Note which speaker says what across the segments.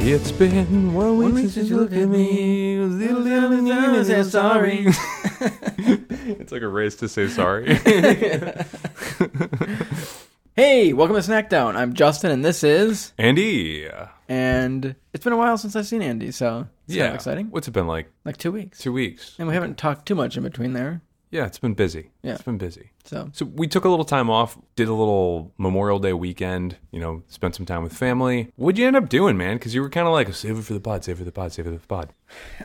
Speaker 1: It's been one week,
Speaker 2: One week
Speaker 1: since you looked at me. It was little, little, little,
Speaker 2: I
Speaker 1: little,
Speaker 2: was
Speaker 1: little,
Speaker 2: sorry.
Speaker 1: it's like a race to say sorry.
Speaker 2: hey, welcome to Snackdown. I'm Justin, and this is.
Speaker 1: Andy.
Speaker 2: And it's been a while since I've seen Andy, so it's kind of exciting.
Speaker 1: What's it been like?
Speaker 2: Like two weeks,
Speaker 1: Two weeks.
Speaker 2: and we haven't talked too much in between there.
Speaker 1: Yeah, it's been busy.
Speaker 2: Yeah.
Speaker 1: It's been busy.
Speaker 2: So
Speaker 1: So we took a little time off, did a little Memorial Day weekend, you know, spent some time with family. What'd you end up doing, man? Because you were kind of like, save it for the pod, save it for the pod, save it for the pod.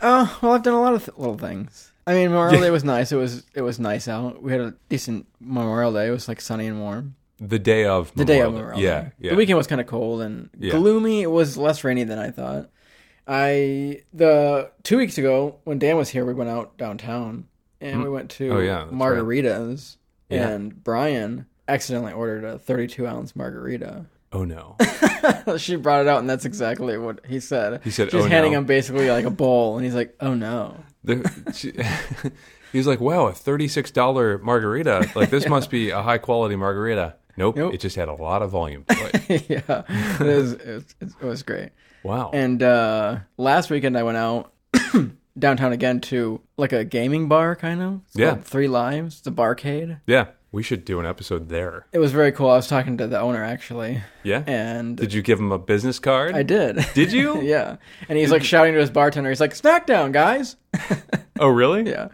Speaker 2: Oh well, I've done a lot of th- little things. I mean, Memorial Day was nice. It was it was nice out. We had a decent Memorial Day. It was like sunny and warm.
Speaker 1: The day of
Speaker 2: The day of Memorial
Speaker 1: Yeah,
Speaker 2: Day.
Speaker 1: yeah.
Speaker 2: The weekend was kind of cold and
Speaker 1: Yeah.
Speaker 2: gloomy. It was less rainy than I thought. I the two weeks ago when Dan was here, we went out downtown and we went to
Speaker 1: Oh, yeah, that's right.
Speaker 2: margaritas.
Speaker 1: Yeah.
Speaker 2: And Brian accidentally ordered a 32 ounce margarita.
Speaker 1: Oh, no.
Speaker 2: she brought it out, and that's exactly what he said.
Speaker 1: He said,
Speaker 2: She's
Speaker 1: "Oh,
Speaker 2: handing
Speaker 1: no."
Speaker 2: him basically like a bowl, and he's like, "Oh no."
Speaker 1: The, she, he was like, "Wow, a thirty-six dollar margarita! Like this must be a high-quality margarita." Nope,
Speaker 2: Nope.
Speaker 1: it just had a lot of volume. to it.
Speaker 2: yeah, it was, it was, it was great.
Speaker 1: wow.
Speaker 2: And uh, last weekend I went out downtown again to like a gaming bar, kind of. It's
Speaker 1: Yeah.
Speaker 2: called Three Lives, the barcade.
Speaker 1: yeah, we should do an episode there.
Speaker 2: It was very cool. I was talking to the owner actually,
Speaker 1: Yeah.
Speaker 2: and
Speaker 1: did you give him a business card?
Speaker 2: I did.
Speaker 1: Did you?
Speaker 2: yeah. And he's like shouting to his bartender. He's like, "Snackdown, guys!"
Speaker 1: Oh, really?
Speaker 2: Yeah.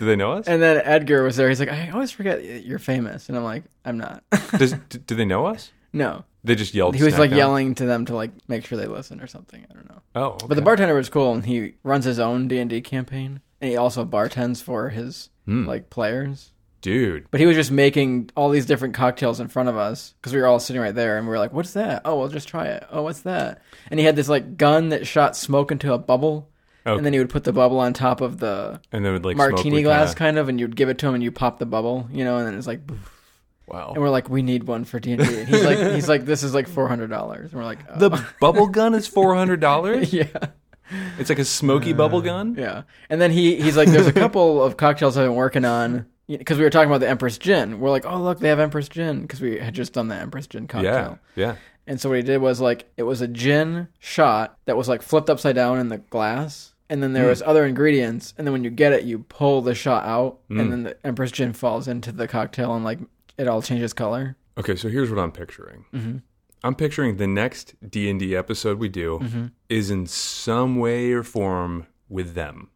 Speaker 1: Do they know us?
Speaker 2: And then Edgar was there. He's like, "I always forget you're famous," and I'm like, "I'm not."
Speaker 1: Does, d- do they know us?
Speaker 2: no.
Speaker 1: They just yelled.
Speaker 2: He was like
Speaker 1: "Snackdown."
Speaker 2: yelling to them to like make sure they listen or something. I don't know.
Speaker 1: Oh, okay.
Speaker 2: But the bartender was cool, and he runs his own D and D campaign, and he also bartends for his
Speaker 1: Hmm.
Speaker 2: like players.
Speaker 1: dude.
Speaker 2: But he was just making all these different cocktails in front of us because we were all sitting right there, and we were like, "What's that? Oh, we'll just try it. Oh, what's that?" And he had this like gun that shot smoke into a bubble,
Speaker 1: Oh.
Speaker 2: and then he would put the bubble on top of the
Speaker 1: And then would like smoke, uh,
Speaker 2: martini
Speaker 1: we
Speaker 2: glass,
Speaker 1: kinda-
Speaker 2: kind of, and you'd give it to him, and you pop the bubble, you know, and then it's like, poof. and
Speaker 1: Wow.
Speaker 2: we're like, "We need one for D and D." He's like, "He's like, this is like four hundred dollars," and we're like, oh.
Speaker 1: The bubble gun is four hundred dollars.
Speaker 2: yeah."
Speaker 1: It's like a smoky bubble gun.
Speaker 2: Yeah, and then he he's like, "There's a couple of cocktails I've been working on because we were talking about the Empress Gin. We're like, oh look, they have Empress Gin because we had just done the Empress Gin cocktail.
Speaker 1: Yeah, yeah.
Speaker 2: And so what he did was like, it was a gin shot that was like flipped upside down in the glass, and then
Speaker 1: Mm.
Speaker 2: there was other ingredients, and then when you get it, you pull the shot out,
Speaker 1: Mm.
Speaker 2: and then the Empress Gin falls into the cocktail, and like it all changes color.
Speaker 1: Okay, so here's what I'm picturing.
Speaker 2: Mm-hmm.
Speaker 1: I'm picturing the next D and D episode we do
Speaker 2: Mm-hmm.
Speaker 1: is in some way or form with them.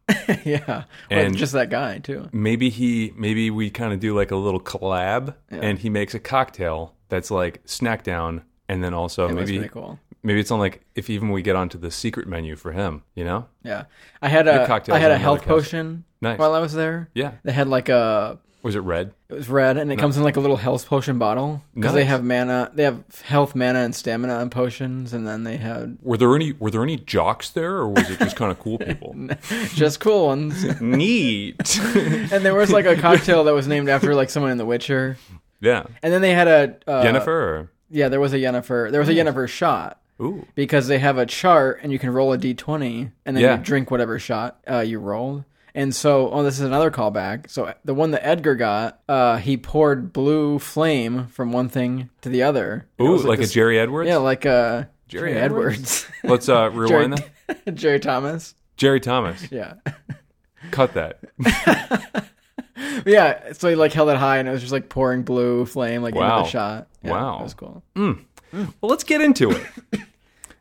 Speaker 2: yeah,
Speaker 1: And-
Speaker 2: and just that guy too.
Speaker 1: Maybe he, maybe we kind of do like a little collab, and he makes a cocktail that's like Snackdown, and then also
Speaker 2: It was
Speaker 1: maybe
Speaker 2: pretty cool.
Speaker 1: maybe it's on like if even we get onto the secret menu for him, you know?
Speaker 2: Yeah, I had a
Speaker 1: cocktails
Speaker 2: I had
Speaker 1: are
Speaker 2: a health
Speaker 1: another cast.
Speaker 2: potion
Speaker 1: Nice.
Speaker 2: while I was there.
Speaker 1: Yeah.
Speaker 2: They had like a
Speaker 1: Was it red?
Speaker 2: It was red, and it comes in like a little health potion bottle because they
Speaker 1: Nice.
Speaker 2: have mana, they have health, mana, and stamina and potions, and then they had
Speaker 1: Were there any Were there any jocks there, or was it just kind of cool people?
Speaker 2: just cool ones.
Speaker 1: Neat.
Speaker 2: and there was like a cocktail that was named after like someone in The Witcher,
Speaker 1: yeah.
Speaker 2: and then they had a uh,
Speaker 1: Jennifer.
Speaker 2: Yeah, there was a Yennefer. There was a
Speaker 1: Hmm.
Speaker 2: Yennefer shot
Speaker 1: Or, ooh.
Speaker 2: because they have a chart, and you can roll a d twenty, and then
Speaker 1: Yeah.
Speaker 2: you drink whatever shot uh, you rolled. And so, oh, this is another callback. So the one that Edgar got, uh, he poured blue flame from one thing to the other. It
Speaker 1: Ooh,
Speaker 2: was,
Speaker 1: like,
Speaker 2: this-
Speaker 1: a Jerry Edwards.
Speaker 2: Yeah, like uh,
Speaker 1: Jerry
Speaker 2: Jerry, Edwards.
Speaker 1: Let's uh, rewind that.
Speaker 2: Jerry, Jerry Thomas.
Speaker 1: Jerry Thomas,
Speaker 2: Yeah.
Speaker 1: cut that.
Speaker 2: But yeah. So he like held it high and it was just like pouring blue flame like
Speaker 1: Wow.
Speaker 2: into the shot. Yeah,
Speaker 1: Wow.
Speaker 2: It was cool.
Speaker 1: Well, let's get into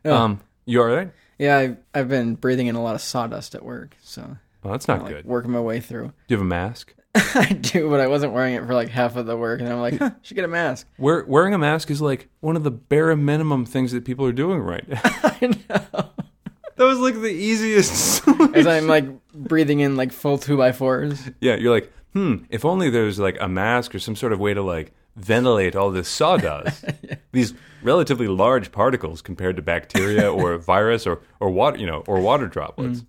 Speaker 1: it. Um, you all right?
Speaker 2: Yeah, I've, I've been breathing in a lot of sawdust at work. So
Speaker 1: Well, that's not
Speaker 2: like
Speaker 1: good. Do
Speaker 2: working my way through.
Speaker 1: you have a mask?
Speaker 2: I do, but I wasn't wearing it for like half of the work. And I'm like, huh, should get a mask.
Speaker 1: Wear, wearing a mask is like one of the bare minimum things that people are doing right now.
Speaker 2: I know.
Speaker 1: that was like the easiest.
Speaker 2: As
Speaker 1: solution.
Speaker 2: I'm like breathing in like full two by fours.
Speaker 1: yeah, you're like, hmm. If only there was like a mask or some sort of way to like ventilate all this sawdust, these relatively large particles compared to bacteria or virus or or water, you know, or water droplets.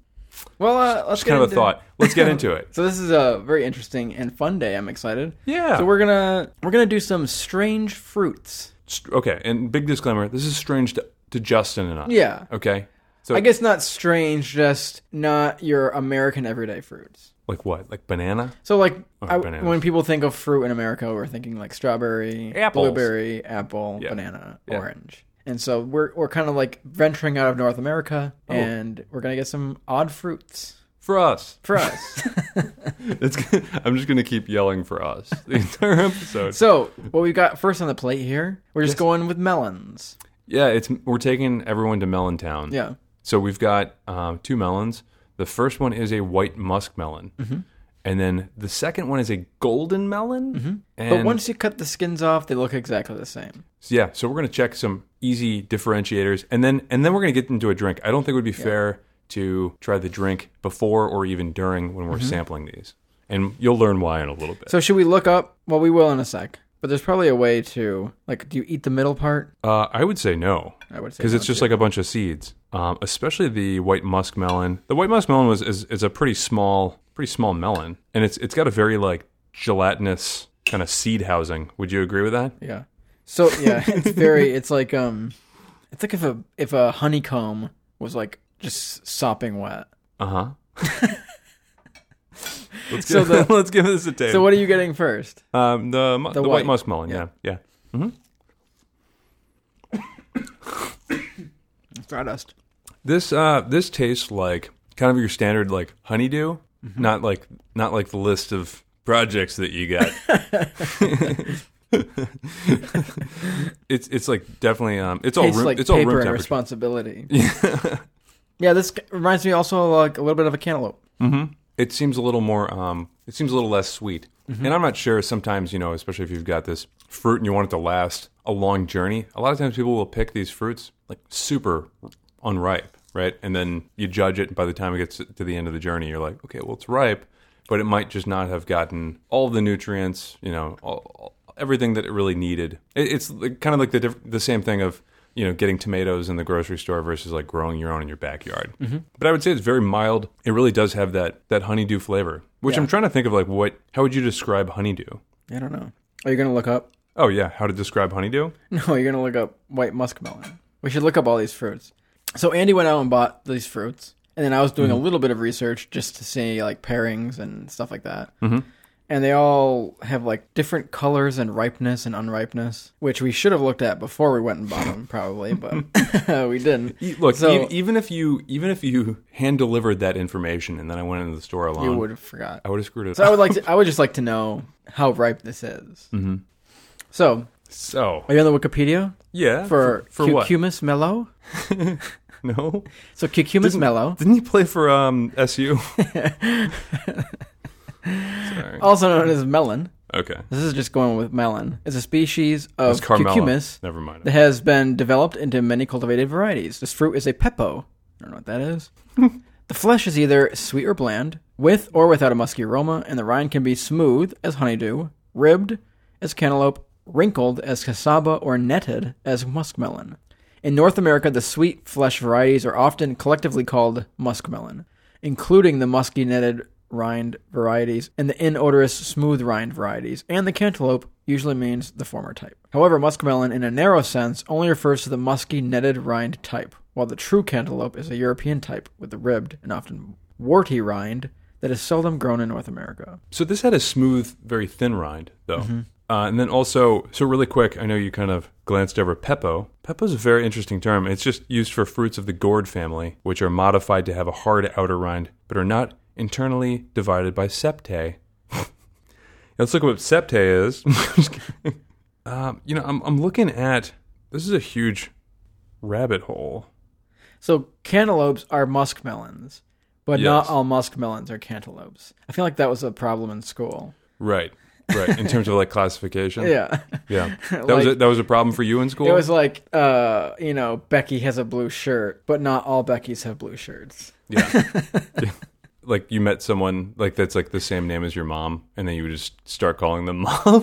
Speaker 2: Well, uh, let's
Speaker 1: It's
Speaker 2: get
Speaker 1: kind of a
Speaker 2: into-
Speaker 1: thought. Mm. Let's get into it.
Speaker 2: So this is a very interesting and fun day. I'm excited.
Speaker 1: Yeah.
Speaker 2: So we're gonna we're gonna do some strange fruits.
Speaker 1: St- okay, and big disclaimer: this is strange to, to Justin and I.
Speaker 2: Yeah.
Speaker 1: Okay. So
Speaker 2: I guess not strange, just not your American everyday fruits.
Speaker 1: like what? Like banana?
Speaker 2: So like I,
Speaker 1: bananas.
Speaker 2: when people think of fruit in America, we're thinking like strawberry,
Speaker 1: Apples.
Speaker 2: blueberry, apple, banana,
Speaker 1: Yeah.
Speaker 2: orange. And so we're we're kind of like venturing out of North America,
Speaker 1: Oh.
Speaker 2: and we're gonna get some odd fruits
Speaker 1: For us,
Speaker 2: for us.
Speaker 1: it's, I'm just going to keep yelling for us the entire episode.
Speaker 2: so what we've got first on the plate here, we're just going with melons.
Speaker 1: yeah, it's we're taking everyone to Melon Town.
Speaker 2: Yeah,
Speaker 1: So we've got um, two melons. The first one is a white muskmelon,
Speaker 2: Mm-hmm.
Speaker 1: and then the second one is a golden melon. And
Speaker 2: Mm-hmm. but once you cut the skins off, they look exactly the same.
Speaker 1: yeah, so we're gonna check some easy differentiators, and then and then we're gonna get into a drink. I don't think it would be fair to try the drink before or even during when we're sampling these, and you'll learn why in a little bit.
Speaker 2: Mm-hmm. So should we look up? Well, we will in a sec. But there's probably a way to like, do you eat the middle part?
Speaker 1: Uh, I would say no.
Speaker 2: I would say
Speaker 1: because
Speaker 2: no,
Speaker 1: it's just like a bunch of seeds, um, especially the white muskmelon. The white muskmelon was is, is a pretty small, pretty small melon, and it's it's got a very like gelatinous kind of seed housing. Would you agree with that?
Speaker 2: Yeah. So yeah, it's very. It's like um, it's like if a if a honeycomb was like just sopping wet.
Speaker 1: Uh huh. let's,
Speaker 2: So
Speaker 1: give, let's give this a taste.
Speaker 2: So what are you getting first?
Speaker 1: um, the mu- the, white,
Speaker 2: white.
Speaker 1: muskmelon. Yeah, yeah.
Speaker 2: Stardust.
Speaker 1: This uh this tastes like kind of your standard like honeydew,
Speaker 2: Mm-hmm.
Speaker 1: not like not like the list of projects that you got. it's it's like definitely um it's all
Speaker 2: Tastes
Speaker 1: room,
Speaker 2: like
Speaker 1: it's all room
Speaker 2: paper and
Speaker 1: temperature.
Speaker 2: responsibility. Yeah. This g- reminds me also of, like a little bit of a cantaloupe.
Speaker 1: Mm-hmm. It seems a little more. Um, it seems a little less sweet. And I'm not sure. Sometimes you know, especially if you've got this fruit and you want it to last a long journey, a lot of times people will pick these fruits like super unripe, right? And then you judge it. And by the time it gets to the end of the journey, you're like, okay, well, it's ripe, but it might just not have gotten all the nutrients. You know, all, all- everything that it really needed. It, it's like, kind of like the diff- the same thing of you know, getting tomatoes in the grocery store versus like growing your own in your backyard.
Speaker 2: Mm-hmm.
Speaker 1: But I would say it's very mild. It really does have that that honeydew flavor, which I'm trying to think of like what how would you describe honeydew?
Speaker 2: I don't know. Are you gonna look up?
Speaker 1: Oh yeah, how to describe honeydew?
Speaker 2: No, you're gonna look up white muskmelon. We should look up all these fruits. So Andy went out and bought these fruits, and then I was
Speaker 1: Mm-hmm.
Speaker 2: doing a little bit of research just to see like pairings and stuff like that. Mm-hmm. And they all have like different colors and ripeness and unripeness, which we should have looked at before we went and bought them, probably, but we didn't.
Speaker 1: E- Look,
Speaker 2: So-
Speaker 1: e- even if you even if you hand delivered that information and then I went into the store alone,
Speaker 2: You would have forgot.
Speaker 1: I would have screwed it
Speaker 2: So I
Speaker 1: up.
Speaker 2: would like to. I would just like to know how ripe this is. Mm-hmm. So
Speaker 1: So
Speaker 2: are you on the Wikipedia
Speaker 1: yeah,
Speaker 2: for
Speaker 1: for,
Speaker 2: cu-
Speaker 1: what?
Speaker 2: Cucumis mellow?
Speaker 1: no,
Speaker 2: So Cucumis mellow.
Speaker 1: didn't he play for um, SU? Sorry.
Speaker 2: also known as melon.
Speaker 1: Okay,
Speaker 2: This is just going with melon. It's a species of
Speaker 1: it's Carmelo.
Speaker 2: cucumis
Speaker 1: Never mind.
Speaker 2: that has been developed into many cultivated varieties. This fruit is a pepo. I don't know what that is. the flesh is either sweet or bland, with or without a musky aroma, and the rind can be smooth as honeydew, ribbed as cantaloupe, wrinkled as cassava, or netted as muskmelon. In North America, the sweet flesh varieties are often collectively called muskmelon, including the musky netted rind varieties and the inodorous smooth rind varieties, and the cantaloupe usually means the former type. However, muskmelon in a narrow sense only refers to the musky netted rind type, while the true cantaloupe is a European type with the ribbed and often warty rind that is seldom grown in North America.
Speaker 1: So this had a smooth, very thin rind, though.
Speaker 2: Mm-hmm.
Speaker 1: Uh, and then also, so really quick, I know you kind of glanced over pepo. Pepo's a very interesting term. It's just used for fruits of the gourd family, which are modified to have a hard outer rind, but are not internally divided by septae. Let's look at what septae is. Just kidding. um, you know, I'm, I'm looking at this is a huge rabbit hole.
Speaker 2: So cantaloupes are muskmelons, but
Speaker 1: Yes.
Speaker 2: not all muskmelons are cantaloupes. I feel like that was a problem in school.
Speaker 1: Right, right. In terms of like classification,
Speaker 2: Yeah.
Speaker 1: yeah. That was a,
Speaker 2: Like-
Speaker 1: that was a problem for you in school.
Speaker 2: It was like, uh, you know, Becky has a blue shirt, but not all Beckys have blue shirts.
Speaker 1: Yeah. like you met someone like that's like the same name as your mom, and then you would just start calling them mom.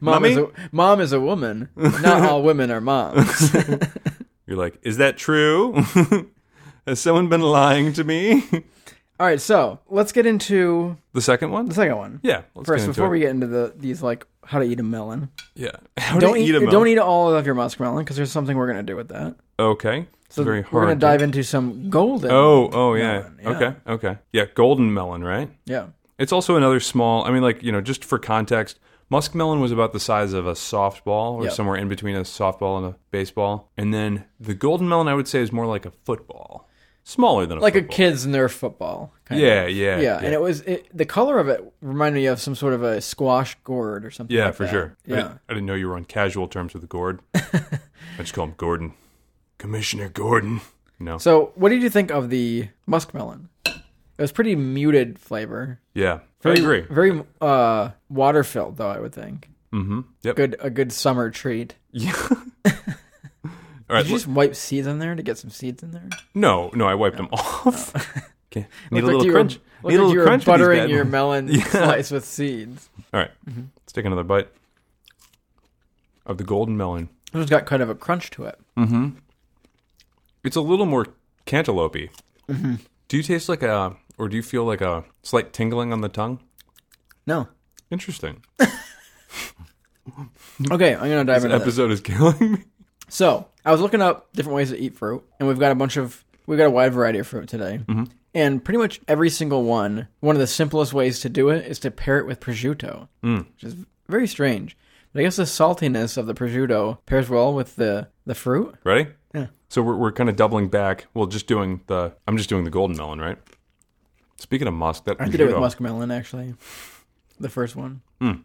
Speaker 2: Mom
Speaker 1: Mommy?
Speaker 2: is a, mom is a woman. Not all women are moms.
Speaker 1: You're like, is that true? Has someone been lying to me?
Speaker 2: all right, so let's get into
Speaker 1: the second one?
Speaker 2: the second one.
Speaker 1: Yeah. Let's
Speaker 2: First,
Speaker 1: get into
Speaker 2: before
Speaker 1: it.
Speaker 2: we get into the these like how to eat a melon,
Speaker 1: yeah. How do
Speaker 2: don't
Speaker 1: you
Speaker 2: eat,
Speaker 1: eat a
Speaker 2: don't
Speaker 1: melon?
Speaker 2: eat all of your muskmelon because there's something we're gonna do with that.
Speaker 1: Okay. It's
Speaker 2: So
Speaker 1: very
Speaker 2: we're
Speaker 1: hard.
Speaker 2: gonna
Speaker 1: to-
Speaker 2: dive into some golden.
Speaker 1: Oh, oh yeah.
Speaker 2: melon, yeah.
Speaker 1: Okay, okay. Yeah, golden melon, right?
Speaker 2: yeah,
Speaker 1: It's also another small. I mean, like you know, just for context, Muskmelon was about the size of a softball or
Speaker 2: Yep.
Speaker 1: somewhere in between a softball and a baseball. And then the golden melon, I would say, is more like a football, smaller than a
Speaker 2: like a
Speaker 1: football.
Speaker 2: kid's Nerf football. Kind
Speaker 1: Yeah, yeah,
Speaker 2: Of. Yeah, and it was it, the color of it reminded me of some sort of a squash gourd or something.
Speaker 1: Yeah,
Speaker 2: like
Speaker 1: for
Speaker 2: that.
Speaker 1: sure. I,
Speaker 2: Yeah,
Speaker 1: didn't, I didn't know you were on casual terms with Gord. I just call him Gordon, Commissioner Gordon. No,
Speaker 2: So, what did you think of the muskmelon? It was pretty muted flavor.
Speaker 1: yeah, I agree.
Speaker 2: Very uh, water filled, though. I would think
Speaker 1: Mm-hmm. Yep.
Speaker 2: good a good summer treat.
Speaker 1: Yeah. All right.
Speaker 2: Did you just wipe seeds in there to get some seeds in there?
Speaker 1: No, no, I wiped them off. okay. Need a
Speaker 2: Oh. Looked
Speaker 1: little
Speaker 2: like you
Speaker 1: crunch.
Speaker 2: Were,
Speaker 1: Need a
Speaker 2: looked like
Speaker 1: little
Speaker 2: you were
Speaker 1: crunch. with these
Speaker 2: buttering
Speaker 1: bad
Speaker 2: your
Speaker 1: boys.
Speaker 2: melon slice with seeds.
Speaker 1: All right.
Speaker 2: Mm-hmm.
Speaker 1: Let's take another bite of the golden melon.
Speaker 2: It just got kind of a crunch to it.
Speaker 1: It's a little more cantaloupe
Speaker 2: Mm-hmm.
Speaker 1: Do you taste like a, or do you feel like a slight tingling on the tongue?
Speaker 2: No.
Speaker 1: Interesting.
Speaker 2: Okay, I'm gonna dive
Speaker 1: This
Speaker 2: into this.
Speaker 1: episode is killing me.
Speaker 2: So I was looking up different ways to eat fruit, and we've got a bunch of we've got a wide variety of fruit today, and pretty much every single one. One of the simplest ways to do it is to pair it with prosciutto, which is very strange. But I guess the saltiness of the prosciutto pairs well with the the fruit.
Speaker 1: Ready?
Speaker 2: Yeah.
Speaker 1: So we're, we're kind of doubling back. Well, just doing the, I'm just doing the golden melon, right? Speaking of musk, that
Speaker 2: I did it with
Speaker 1: prosciutto,
Speaker 2: muskmelon actually, the first one.
Speaker 1: I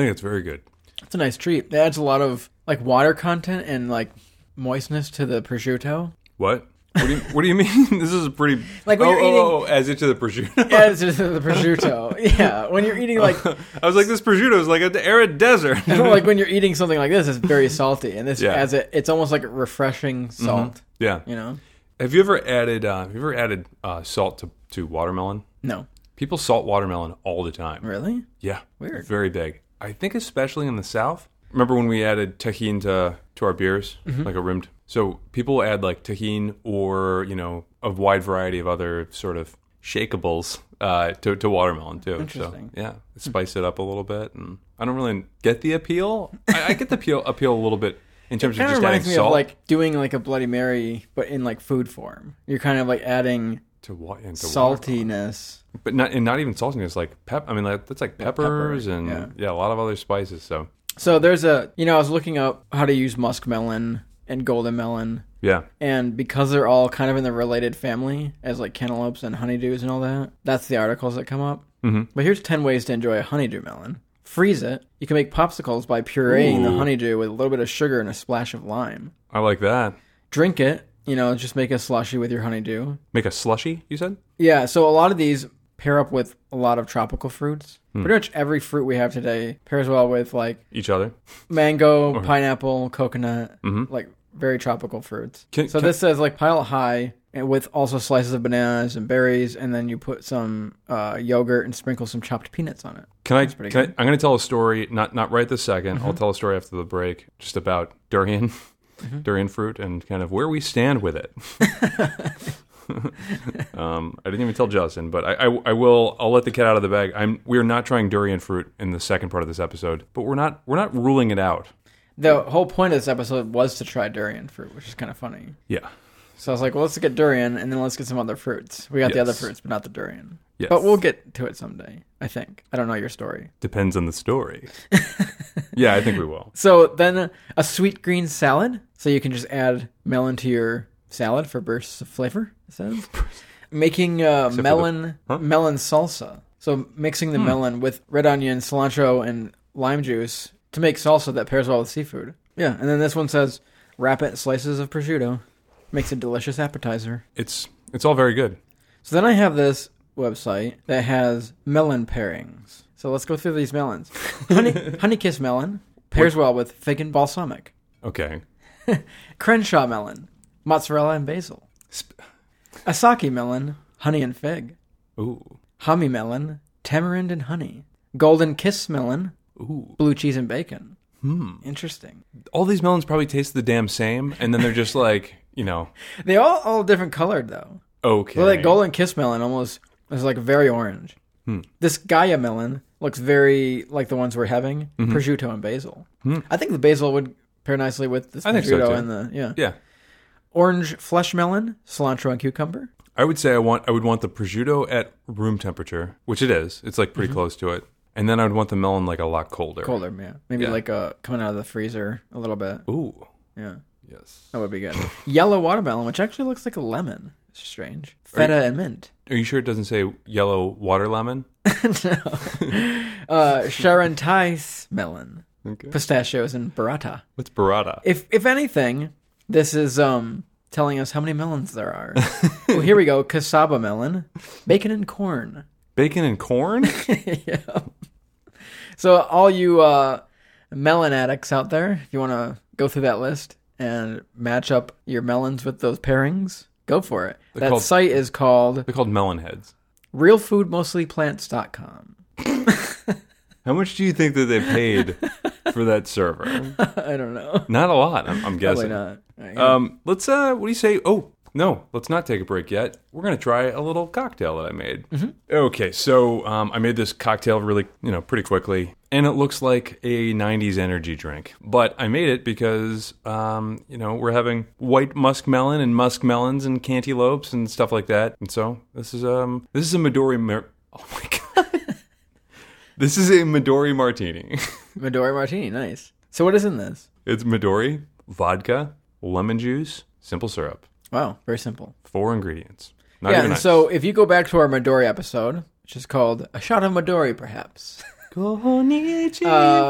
Speaker 1: think it's very good.
Speaker 2: It's a nice treat. It adds a lot of like water content and like moistness to the prosciutto.
Speaker 1: What? What do you, what do you mean? this is a pretty
Speaker 2: Like
Speaker 1: oh,
Speaker 2: when you're
Speaker 1: oh,
Speaker 2: eating-
Speaker 1: oh, as it to the prosciutto.
Speaker 2: Yeah, it's just the prosciutto. yeah, when you're eating like
Speaker 1: I was like, this prosciutto is like an arid desert.
Speaker 2: I feel like when you're eating something like this, it's very salty, and this
Speaker 1: Yeah. Mm-hmm.
Speaker 2: adds it. It's almost like a refreshing salt.
Speaker 1: yeah.
Speaker 2: You know?
Speaker 1: Have you ever added? Uh, have you ever added uh, salt to, to watermelon?
Speaker 2: No,
Speaker 1: People salt watermelon all the time.
Speaker 2: really?
Speaker 1: Yeah,
Speaker 2: Weird.
Speaker 1: Very big. I think especially in the South. Remember when we added tahine to to our beers,
Speaker 2: Mm-hmm.
Speaker 1: like a rimmed? So people add like tahine or you know a wide variety of other sort of shakables uh, to to watermelon too.
Speaker 2: Interesting. Hmm.
Speaker 1: So yeah, spice it up a little bit. And I don't really get the appeal. I, I get the appeal appeal a little bit in terms of
Speaker 2: Kind of
Speaker 1: just adding
Speaker 2: reminds me
Speaker 1: salt
Speaker 2: of like doing like a Bloody Mary, but in like food form. You're kind of like adding
Speaker 1: to, wa- and to water.
Speaker 2: saltiness.
Speaker 1: but not and not even saltiness like pep i mean like, that's like peppers and yeah.
Speaker 2: yeah.
Speaker 1: a lot of other spices so
Speaker 2: So there's a you know I was looking up how to use muskmelon and golden melon,
Speaker 1: yeah
Speaker 2: and because they're all kind of in the related family as like cantaloupes and honeydews and all that, that's the articles that come up.
Speaker 1: Mhm.
Speaker 2: But here's 10 ways to enjoy a honeydew melon. Freeze it. You can make popsicles by pureeing the
Speaker 1: Ooh.
Speaker 2: honeydew with a little bit of sugar and a splash of lime.
Speaker 1: i like that
Speaker 2: Drink it, you know, just make a slushy with your honeydew.
Speaker 1: make a slushy you said
Speaker 2: Yeah, so a lot of these pair up with a lot of tropical fruits. Pretty much every fruit we have today pairs well with like
Speaker 1: each other
Speaker 2: mango, pineapple, coconut,
Speaker 1: Mhm.
Speaker 2: like very tropical fruits.
Speaker 1: Can-
Speaker 2: so
Speaker 1: can-
Speaker 2: this says like pile it high and with also slices of bananas and berries, and then you put some uh, yogurt and sprinkle some chopped peanuts on it.
Speaker 1: can i,
Speaker 2: pretty Mm-hmm.
Speaker 1: can I i'm going to tell a story not not right this 2nd i i'll tell a story after the break just about durian durian fruit and kind of where we stand with it um, i didn't even tell justin but I, I i will i'll let the cat out of the bag i'm we're not trying durian fruit in the second part of this episode but we're not we're not ruling it out
Speaker 2: The whole point of this episode was to try durian fruit, which is kind of funny.
Speaker 1: yeah
Speaker 2: So I was like, well, let's get durian, and then let's get some other fruits. We got the
Speaker 1: Yes.
Speaker 2: other fruits, but not the durian.
Speaker 1: Yes.
Speaker 2: But we'll get to it someday. I think. I don't know your story.
Speaker 1: Depends on the story. yeah, I think we will.
Speaker 2: So then a sweet green salad. So you can just add melon to your salad for bursts of flavor. It says making uh,
Speaker 1: the-
Speaker 2: melon
Speaker 1: huh? Hmm.
Speaker 2: melon salsa. So mixing the melon with red onion, cilantro, and lime juice to make salsa that pairs well with seafood. Yeah, and then this one says wrap it in slices of prosciutto. Makes a delicious appetizer.
Speaker 1: It's it's all very good.
Speaker 2: So then I have this website that has melon pairings. So let's go through these melons. Honey, honey kiss melon pairs well with fig and balsamic.
Speaker 1: Okay.
Speaker 2: Crenshaw melon, mozzarella and basil.
Speaker 1: Sp-
Speaker 2: Asaki melon, honey and fig.
Speaker 1: Ooh.
Speaker 2: Hami melon, tamarind and honey. Golden kiss melon,
Speaker 1: Ooh.
Speaker 2: blue cheese and bacon. Hmm. Interesting.
Speaker 1: All these melons probably taste the damn same and then they're just like, you know,
Speaker 2: They all all different colored though.
Speaker 1: okay.
Speaker 2: Well, that golden kiss melon almost is like very orange.
Speaker 1: Hmm.
Speaker 2: This Gaia melon looks very like the ones we're having,
Speaker 1: Mm-hmm.
Speaker 2: prosciutto and basil. I think the basil would pair nicely with this
Speaker 1: Hmm. I think so,
Speaker 2: prosciutto
Speaker 1: too.
Speaker 2: and the yeah.
Speaker 1: yeah.
Speaker 2: Orange flesh melon, cilantro and cucumber.
Speaker 1: I would say I want I would want the prosciutto at room temperature, which it is. It's like pretty close to it. And then I would want the melon like a lot colder.
Speaker 2: Colder, yeah. Maybe
Speaker 1: Yeah.
Speaker 2: like uh, coming out of the freezer a little bit.
Speaker 1: Ooh,
Speaker 2: Yeah.
Speaker 1: yes.
Speaker 2: That would be good. Yellow watermelon, which actually looks like a lemon. It's strange. Feta and mint.
Speaker 1: Are you sure it doesn't say yellow water lemon?
Speaker 2: Uh, Sharon Tice melon.
Speaker 1: Okay.
Speaker 2: Pistachios and burrata.
Speaker 1: What's burrata?
Speaker 2: If if anything, this is um telling us how many melons there are. well, here we go. Cassava melon, bacon and corn.
Speaker 1: Bacon and corn?
Speaker 2: yeah. So all you uh, melon addicts out there, if you want to go through that list and match up your melons with those pairings, go for it. that
Speaker 1: called-
Speaker 2: site is called
Speaker 1: They're called melon heads.
Speaker 2: realfoodmostlyplants.com.
Speaker 1: How much do you think that they paid for that server?
Speaker 2: I don't know.
Speaker 1: Not a lot, I'm, I'm
Speaker 2: Probably
Speaker 1: guessing.
Speaker 2: not. All right.
Speaker 1: Um, let's. Uh, what do you say? Oh no, let's not take a break yet. We're gonna try a little cocktail that I made. Okay, so um, I made this cocktail really, you know, pretty quickly, and it looks like a '90s energy drink. But I made it because, um, you know, we're having white muskmelon and muskmelons and cantaloupes and stuff like that, and so this is um, this is a Midori. Mar- oh my god. This is a Midori martini.
Speaker 2: Midori martini, nice. So what is in this?
Speaker 1: It's Midori, vodka, lemon juice, simple syrup.
Speaker 2: Wow, very simple.
Speaker 1: Four ingredients. Not
Speaker 2: yeah,
Speaker 1: even
Speaker 2: and
Speaker 1: ice.
Speaker 2: so if you go back to our Midori episode, which is called A Shot of Midori, perhaps. Uh,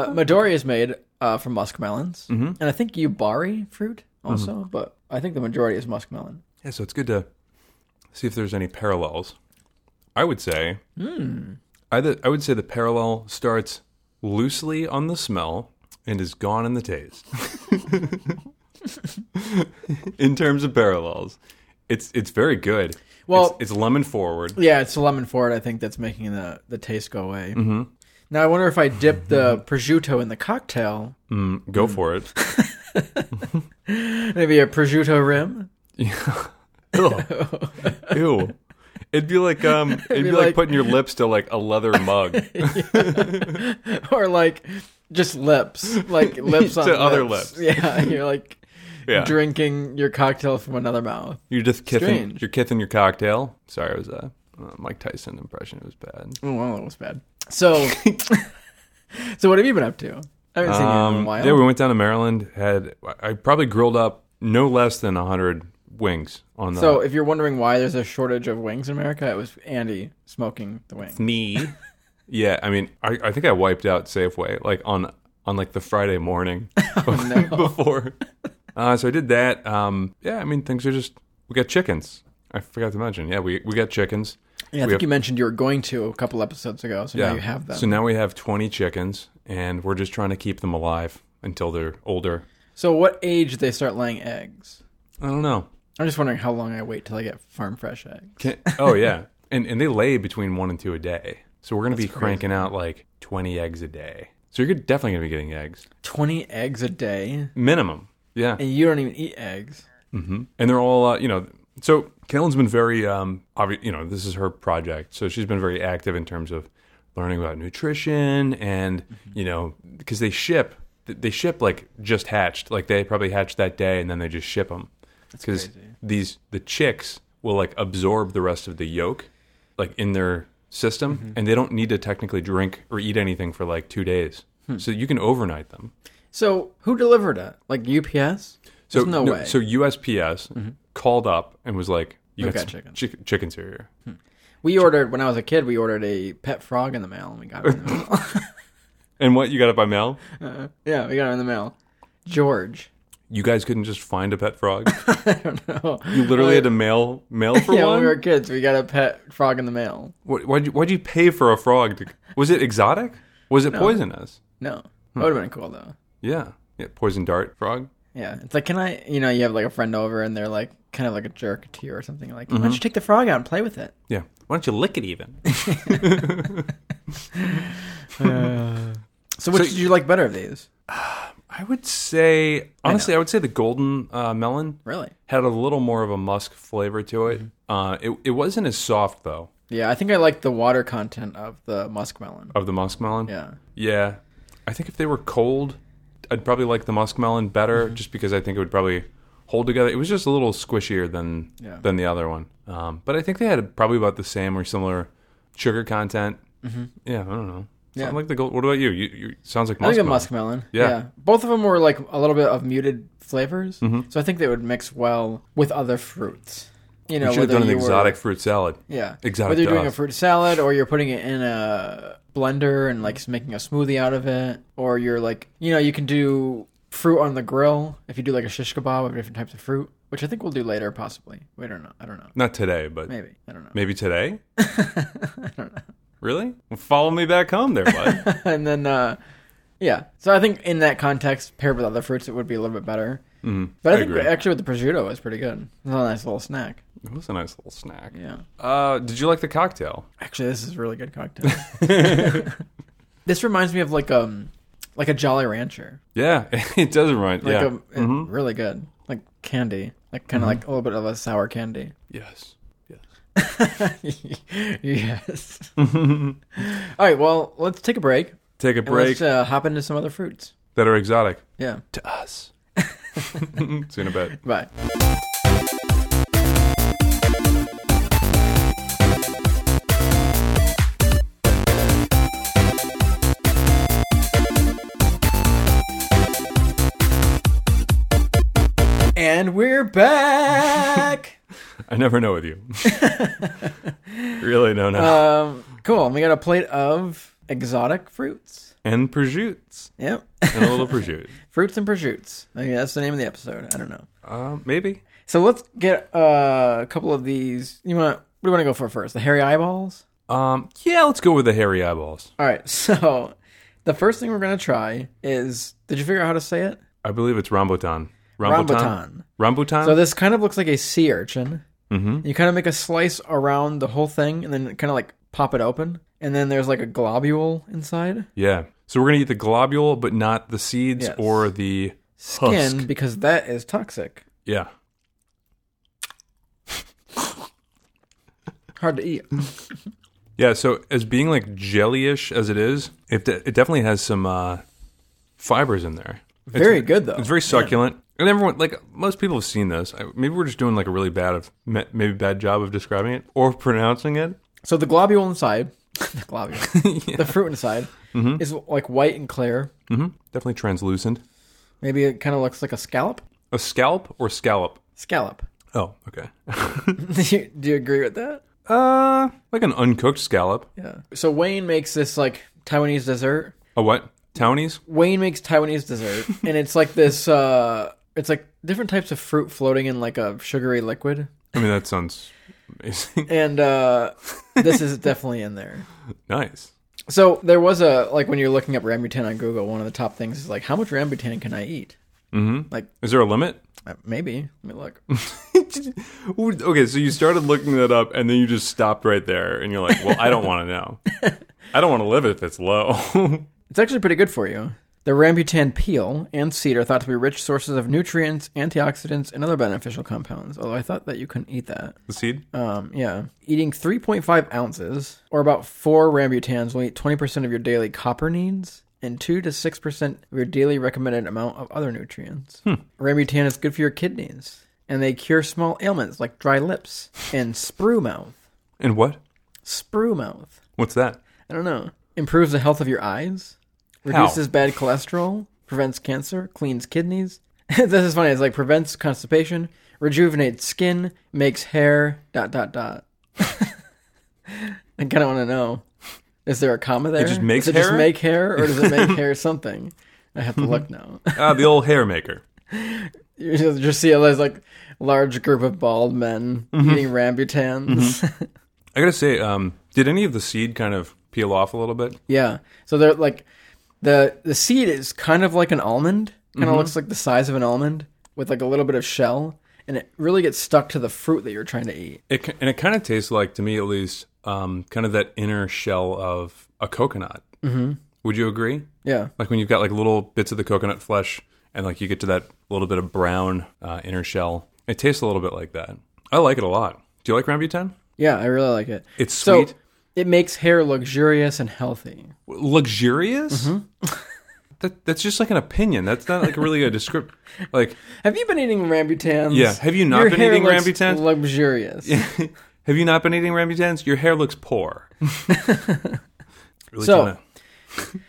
Speaker 2: Midori is made uh, from muskmelons,
Speaker 1: Mm-hmm.
Speaker 2: and I think Yubari fruit also, but I think the majority is muskmelon.
Speaker 1: yeah, so it's good to see if there's any parallels. I would say,
Speaker 2: Hmm.
Speaker 1: I, th- I would say the parallel starts loosely on the smell and is gone in the taste. in terms of parallels, it's it's very good.
Speaker 2: Well-
Speaker 1: it's, it's lemon forward.
Speaker 2: Yeah, it's the lemon forward. I think that's making the the taste go away. Mm-hmm. Now I wonder if I dip the
Speaker 1: Mm-hmm.
Speaker 2: prosciutto in the cocktail,
Speaker 1: Mm, go for it.
Speaker 2: maybe a prosciutto rim.
Speaker 1: Ew. Ew. It'd be like um it'd, be,
Speaker 2: be
Speaker 1: like,
Speaker 2: like-
Speaker 1: putting your lips to like a leather mug
Speaker 2: or like just lips, like lips on
Speaker 1: To other lips.
Speaker 2: Yeah, you're like
Speaker 1: Yeah.
Speaker 2: drinking your cocktail from another mouth.
Speaker 1: You're just kithing
Speaker 2: Strange.
Speaker 1: you're kithing your cocktail. Sorry, it was a uh, Mike Tyson impression. It was bad.
Speaker 2: Oh, well, that was bad. So, so what have you been up to? I haven't seen you in a while.
Speaker 1: Um, yeah, we went down to Maryland, had I probably grilled up no less than 100 wings on the
Speaker 2: So, if you're wondering why there's a shortage of wings in America, it was Andy smoking the wing.
Speaker 1: me. yeah, I mean, I, I think I wiped out Safeway like on on like the Friday morning
Speaker 2: Oh,
Speaker 1: before. Uh, so I did that. Um, yeah, I mean, things are just we got chickens. I forgot to mention. Yeah, we we got chickens.
Speaker 2: Yeah, I
Speaker 1: We
Speaker 2: think
Speaker 1: have-
Speaker 2: you mentioned you were going to a couple episodes ago, so
Speaker 1: Yeah.
Speaker 2: now you have them.
Speaker 1: So
Speaker 2: So,
Speaker 1: now we have 20 chickens, and we're just trying to keep them alive until they're older.
Speaker 2: what age do they start laying eggs?
Speaker 1: I don't know.
Speaker 2: I'm just wondering how long I wait till I get farm fresh eggs.
Speaker 1: Can, oh yeah, and and they lay between one and two a day. So we're gonna be cranking out like 20 eggs a day. So you're definitely gonna be getting eggs,
Speaker 2: 20 eggs a day?
Speaker 1: minimum. Yeah.
Speaker 2: And you don't even eat eggs.
Speaker 1: and they're all uh, you know so Caitlin's been very um obvi- you know this is her project so she's been very active in terms of learning about nutrition and you know because they ship th- they ship like just hatched like they probably hatched that day and then they just ship them because
Speaker 2: crazy.
Speaker 1: these the chicks will like absorb the rest of the yolk like in their system and they don't need to technically drink or eat anything for like two days so you can overnight them
Speaker 2: So, who delivered it? Like UPS?
Speaker 1: so
Speaker 2: There's no, way.
Speaker 1: So USPS called up and was like, "You
Speaker 2: We
Speaker 1: got,
Speaker 2: got
Speaker 1: some
Speaker 2: chickens."
Speaker 1: chick- chickens here."
Speaker 2: we ordered, when I was a kid, we ordered a pet frog in the mail and we got it in the mail.
Speaker 1: And what you got it by mail?
Speaker 2: yeah, we got it in the mail. George.
Speaker 1: You guys couldn't just find a pet frog.
Speaker 2: I don't know.
Speaker 1: You literally had to mail mail for
Speaker 2: yeah,
Speaker 1: one.
Speaker 2: when we were kids, we got a pet frog in the mail.
Speaker 1: What, why'd you Why'd you pay for a frog? To, was it exotic? Was it poisonous?
Speaker 2: No,
Speaker 1: Hmm.
Speaker 2: that would have been cool though.
Speaker 1: Yeah, yeah, poison dart frog.
Speaker 2: Yeah, it's like, can I? You know, you have like a friend over, and they're like kind of like a jerk to you or something. Like,
Speaker 1: Mm-hmm.
Speaker 2: why don't you take the frog out and play with it?
Speaker 1: Yeah, why don't you lick it even?
Speaker 2: So, which did you like better of these?
Speaker 1: I would say honestly, I, would say the golden uh, melon
Speaker 2: Really?
Speaker 1: had a little more of a musk flavor to it.
Speaker 2: Mm-hmm.
Speaker 1: Uh, it it wasn't as soft though
Speaker 2: Yeah, I think I like the water content of the muskmelon.
Speaker 1: of the musk melon.
Speaker 2: Yeah,
Speaker 1: Yeah. I think if they were cold, I'd probably like the muskmelon better
Speaker 2: Mm-hmm.
Speaker 1: just because I think it would probably hold together. It was just a little squishier than
Speaker 2: Yeah.
Speaker 1: than the other one.
Speaker 2: Mm-hmm.
Speaker 1: Um, but I think they had probably about the same or similar sugar content. Yeah, I don't know. Something like the gold. What about you? You, you sounds like
Speaker 2: I think a
Speaker 1: muskmelon.
Speaker 2: muskmelon.
Speaker 1: Yeah.
Speaker 2: Both of them were like a little bit of muted flavors,
Speaker 1: Mm-hmm.
Speaker 2: so I think they would mix well with other fruits. You know,
Speaker 1: You should have
Speaker 2: whether
Speaker 1: done an
Speaker 2: you were-
Speaker 1: exotic fruit salad.
Speaker 2: Yeah.
Speaker 1: Exotic
Speaker 2: Whether you're
Speaker 1: to
Speaker 2: doing a
Speaker 1: us.
Speaker 2: fruit salad or you're putting it in a blender and like making a smoothie out of it, or you're like, you know, you can do fruit on the grill if you do like a shish kebab of different types of fruit, which I think we'll do later possibly. We don't know. I don't know.
Speaker 1: Not today, but maybe,
Speaker 2: Maybe. I don't know.
Speaker 1: today.
Speaker 2: I don't know.
Speaker 1: Really? Well, follow me back home there, bud.
Speaker 2: and then uh yeah so i think in that context paired with other fruits it would be a little bit better mm, but i,
Speaker 1: Mm-hmm. I
Speaker 2: think
Speaker 1: agree.
Speaker 2: actually with the prosciutto was pretty good it was a nice little snack
Speaker 1: it was a nice little snack.
Speaker 2: yeah
Speaker 1: Uh, did you like the cocktail?
Speaker 2: actually this is a really good cocktail this reminds me of like um like a jolly rancher
Speaker 1: Yeah, it does remind.
Speaker 2: like
Speaker 1: yeah. Mm-hmm.
Speaker 2: a, it- really good like candy like kind of like a little bit of a sour candy
Speaker 1: yes. Yes.
Speaker 2: yes all right well let's take a break
Speaker 1: Take a
Speaker 2: and
Speaker 1: break
Speaker 2: let's uh, hop into some other fruits
Speaker 1: that are exotic
Speaker 2: yeah
Speaker 1: to us. See you in a bit.
Speaker 2: bye And we're back.
Speaker 1: I never know with you. really, no, no.
Speaker 2: um, cool. We got a plate of exotic fruits.
Speaker 1: and prosciutts
Speaker 2: Yep,
Speaker 1: and a little prosciutto.
Speaker 2: fruits and prosciuts. I think that's the name of the episode. I don't know.
Speaker 1: Uh, maybe.
Speaker 2: So let's get uh, a couple of these. You want? What do you want to go for first? The hairy eyeballs.
Speaker 1: Um, yeah, let's go with the hairy eyeballs.
Speaker 2: All right. So the first thing we're gonna try is. Did you figure out how to say it?
Speaker 1: I believe it's rambutan.
Speaker 2: Rambutan.
Speaker 1: Rambutan.
Speaker 2: So this kind of looks like a sea urchin.
Speaker 1: mm-hmm.
Speaker 2: You kind of make a slice around the whole thing, and then kind of like pop it open, and then there's like a globule inside
Speaker 1: Yeah. So we're gonna eat the globule, but not the seeds
Speaker 2: Yes.
Speaker 1: or the
Speaker 2: skin
Speaker 1: Husk.
Speaker 2: because that is toxic,
Speaker 1: yeah.
Speaker 2: hard to eat.
Speaker 1: Yeah. So as being like jellyish as it is, it, de- it definitely has some uh, fibers in there.
Speaker 2: Very good though.
Speaker 1: It's very succulent. And everyone, like most people, have seen this. I, maybe we're just doing like a really bad of ma- maybe bad job of describing it or pronouncing it.
Speaker 2: So the globule inside, the globule, the fruit inside
Speaker 1: Mm-hmm.
Speaker 2: is like white and clear.
Speaker 1: hmm Definitely translucent.
Speaker 2: Maybe it kind of looks like a scallop.
Speaker 1: A scalp or scallop?
Speaker 2: Scallop.
Speaker 1: Oh, okay.
Speaker 2: do, you, do you agree with that?
Speaker 1: uh, like an uncooked scallop.
Speaker 2: Yeah. So Wayne makes this like Taiwanese dessert.
Speaker 1: A what? Townies?
Speaker 2: Wayne makes Taiwanese dessert, and it's like this. uh It's like different types of fruit floating in like a sugary liquid,
Speaker 1: I mean, that sounds amazing.
Speaker 2: and uh this is definitely in there.
Speaker 1: nice.
Speaker 2: So there was a like when you're looking up rambutan on Google, one of the top things is like how much rambutan can I eat?
Speaker 1: Mm-hmm.
Speaker 2: Like-
Speaker 1: is there a limit?
Speaker 2: Uh, maybe let me look.
Speaker 1: okay, so you started looking that up, and then you just stopped right there, and you're like, "Well, I don't want to know. I don't want to live if it's low."
Speaker 2: It's actually pretty good for you. The rambutan peel and seed are thought to be rich sources of nutrients, antioxidants, and other beneficial compounds. Although I thought that you couldn't eat that.
Speaker 1: the seed.
Speaker 2: Um, yeah. Eating 3.5 ounces, or about four rambutans, will eat 20% of your daily copper needs and 2 to 6% of your daily recommended amount of other nutrients. Rambutan is good for your kidneys, and they cure small ailments like dry lips and sprue mouth.
Speaker 1: And what?
Speaker 2: Sprue mouth.
Speaker 1: What's that?
Speaker 2: I don't know. Improves the health of your eyes,
Speaker 1: How?
Speaker 2: reduces bad cholesterol, prevents cancer, cleans kidneys. this is funny. It's like prevents constipation, rejuvenates skin, makes hair. Dot dot dot. I kind of want to know: Is there a comma there?
Speaker 1: just makes
Speaker 2: does it Just
Speaker 1: hair?
Speaker 2: make hair, or does it make hair something? I have to look now.
Speaker 1: Ah, the old hair maker.
Speaker 2: you just just see a like large group of bald men
Speaker 1: Mm-hmm.
Speaker 2: eating rambutans.
Speaker 1: I gotta say, um, did any of the seed kind of peel off a little bit?
Speaker 2: Yeah. So they're like the the seed is kind of like an almond. Kind
Speaker 1: Mm-hmm.
Speaker 2: of looks like the size of an almond with like a little bit of shell, and it really gets stuck to the fruit that you're trying to eat.
Speaker 1: It ki- and it kind of tastes like, to me at least, um, kind of that inner shell of a coconut. Mm-hmm. Would you agree?
Speaker 2: Yeah.
Speaker 1: Like when you've got like little bits of the coconut flesh, and like you get to that little bit of brown uh, inner shell. It tastes a little bit like that. I like it a lot. Do you like rambutan?
Speaker 2: Yeah, I really like it.
Speaker 1: It's
Speaker 2: So
Speaker 1: sweet,
Speaker 2: it makes hair luxurious and healthy.
Speaker 1: luxurious.
Speaker 2: Mm-hmm.
Speaker 1: that, that's just like an opinion. That's not like really a descript. Like,
Speaker 2: Have you been eating rambutans?
Speaker 1: Yeah. Have you not
Speaker 2: Your
Speaker 1: been
Speaker 2: hair
Speaker 1: eating
Speaker 2: looks
Speaker 1: rambutans?
Speaker 2: Luxurious.
Speaker 1: have you not been eating rambutans? Your hair looks poor. really
Speaker 2: So-
Speaker 1: trying to-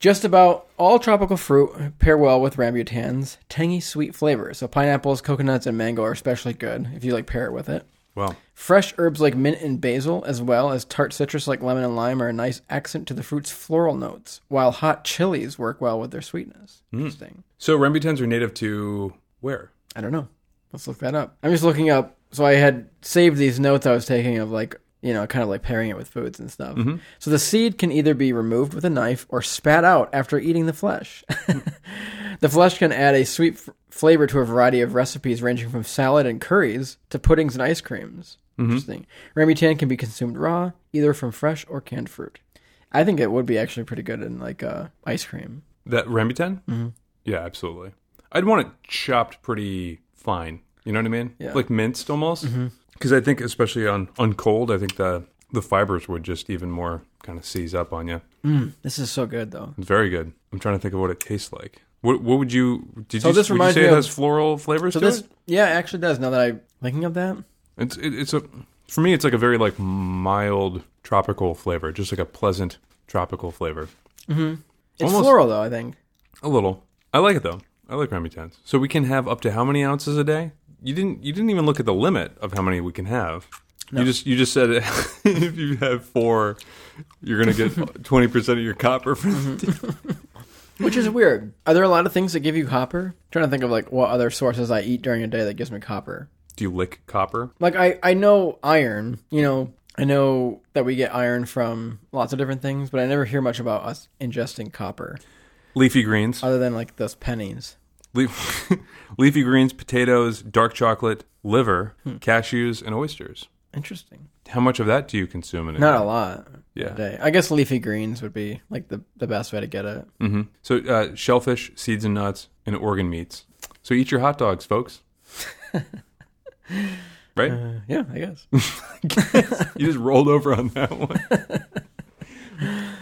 Speaker 2: Just about all tropical fruit pair well with rambutan's tangy, sweet flavor. So pineapples, coconuts, and mango are especially good if you like pair it with it.
Speaker 1: Wow.
Speaker 2: Fresh herbs like mint and basil, as well as tart citrus like lemon and lime, are a nice accent to the fruit's floral notes, while hot chilies work well with their sweetness. Interesting.
Speaker 1: So rambutans are native to where?
Speaker 2: I don't know. Let's look that up. I'm just looking up. So I had saved these notes I was taking of like, you know, kind of like pairing it with foods and stuff. So the seed can either be removed with a knife or spat out after eating the flesh. the flesh can add a sweet f- flavor to a variety of recipes ranging from salad and curries to puddings and ice creams. Interesting. Rambutan can be consumed raw, either from fresh or canned fruit. I think it would be actually pretty good in like uh, ice cream.
Speaker 1: That rambutan? Mm-hmm. Yeah, absolutely. I'd want it chopped pretty fine. You know what I mean?
Speaker 2: Yeah. Mm-hmm.
Speaker 1: Like minced almost. Because I think, especially on on cold, I think the the fibers would just even more kind of seize up on you.
Speaker 2: This is so good though.
Speaker 1: It's very good. I'm trying to think of what it tastes like. What what would you did
Speaker 2: So
Speaker 1: you,
Speaker 2: this
Speaker 1: would you
Speaker 2: reminds
Speaker 1: say
Speaker 2: me
Speaker 1: it
Speaker 2: of-
Speaker 1: has floral flavors
Speaker 2: So
Speaker 1: to
Speaker 2: this,
Speaker 1: it?
Speaker 2: yeah, it actually does. Now that I'm thinking of that,
Speaker 1: It's it, it's a for me it's like a very like mild tropical flavor, just like a pleasant tropical flavor.
Speaker 2: it's
Speaker 1: Almost-
Speaker 2: floral though. I think
Speaker 1: A little. I like it though. I like rambutans. So we can have up to how many ounces a day? You didn't. You didn't even look at the limit of how many we can have. You just. You just said if you have four, you're gonna get twenty percent of your copper.
Speaker 2: Mm-hmm.
Speaker 1: From
Speaker 2: which is weird. Are there a lot of things that give you copper? I'm trying to think of like what other sources I eat during a day that gives me copper.
Speaker 1: Do you lick copper?
Speaker 2: Like I, I know iron. You know, I know that we get iron from lots of different things, but I never hear much about us ingesting copper
Speaker 1: Leafy greens.
Speaker 2: other than like those pennies.
Speaker 1: Leaf, leafy greens. Potatoes. Dark chocolate. Liver.
Speaker 2: Hmm.
Speaker 1: Cashews and oysters.
Speaker 2: Interesting.
Speaker 1: How much of that do you consume in a
Speaker 2: Not a lot.
Speaker 1: Yeah.
Speaker 2: a day. I guess leafy greens would be like the, the best way to get it.
Speaker 1: hmm So uh, shellfish, seeds and nuts, and organ meats. So eat your hot dogs, folks. right?
Speaker 2: Uh, yeah, I guess.
Speaker 1: you just rolled over on that one.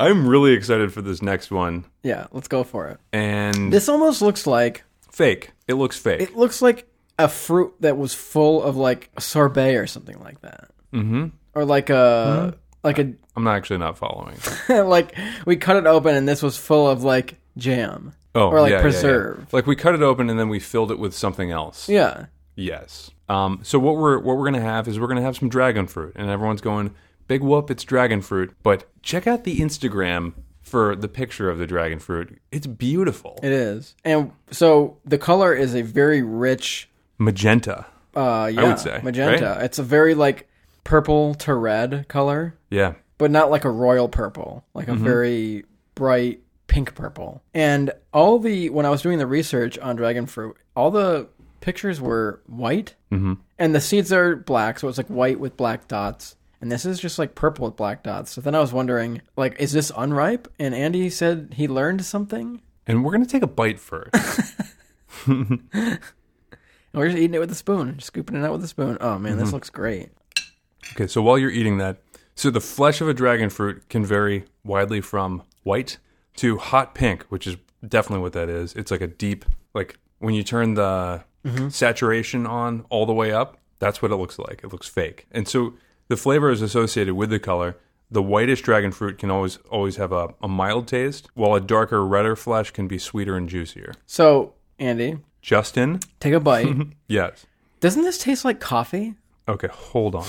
Speaker 1: I'm really excited for this next one.
Speaker 2: yeah, let's go for it.
Speaker 1: And
Speaker 2: This almost looks like
Speaker 1: fake. It looks fake.
Speaker 2: It looks like a fruit that was full of like sorbet or something like that,
Speaker 1: mm-hmm.
Speaker 2: or like a like a
Speaker 1: I'm not actually not following.
Speaker 2: like we cut it open and this was full of like jam.
Speaker 1: Oh,
Speaker 2: Or, like,
Speaker 1: yeah, yeah, yeah.
Speaker 2: preserve.
Speaker 1: Like we cut it open and then we filled it with something else.
Speaker 2: Yeah,
Speaker 1: Yes. Um, so what we're what we're gonna have is we're gonna have some dragon fruit, and everyone's going big whoop. It's dragon fruit, but check out the Instagram for the picture of the dragon fruit. It's beautiful,
Speaker 2: it is. And so the color is a very rich,
Speaker 1: magenta.
Speaker 2: uh, yeah,
Speaker 1: say, right?
Speaker 2: magenta. It's a very like purple to red color,
Speaker 1: Yeah,
Speaker 2: but not like a royal purple, like a very bright pink purple. And all the when I was doing the research on dragon fruit, all the pictures were white, mm-hmm. and the seeds are black, so it's like white with black dots. And this is just like purple with black dots. So then I was wondering, like, is this unripe? And Andy said he learned something,
Speaker 1: and we're gonna take a bite first.
Speaker 2: and we're just Oh, eating it with a spoon, just scooping it out with a spoon. Oh man, this looks great.
Speaker 1: okay, so while you're eating that, so the flesh of a dragon fruit can vary widely from white to hot pink, which is definitely what that is. It's like a deep, like when you turn the saturation on all the way up, that's what it looks like. It looks fake. And so the flavor is associated with the color. The whitish dragon fruit can always always have a, a mild taste, while a darker, redder flesh can be sweeter and juicier.
Speaker 2: So Andy,
Speaker 1: Justin,
Speaker 2: take a bite.
Speaker 1: yes.
Speaker 2: Doesn't this taste like coffee?
Speaker 1: Okay, hold on.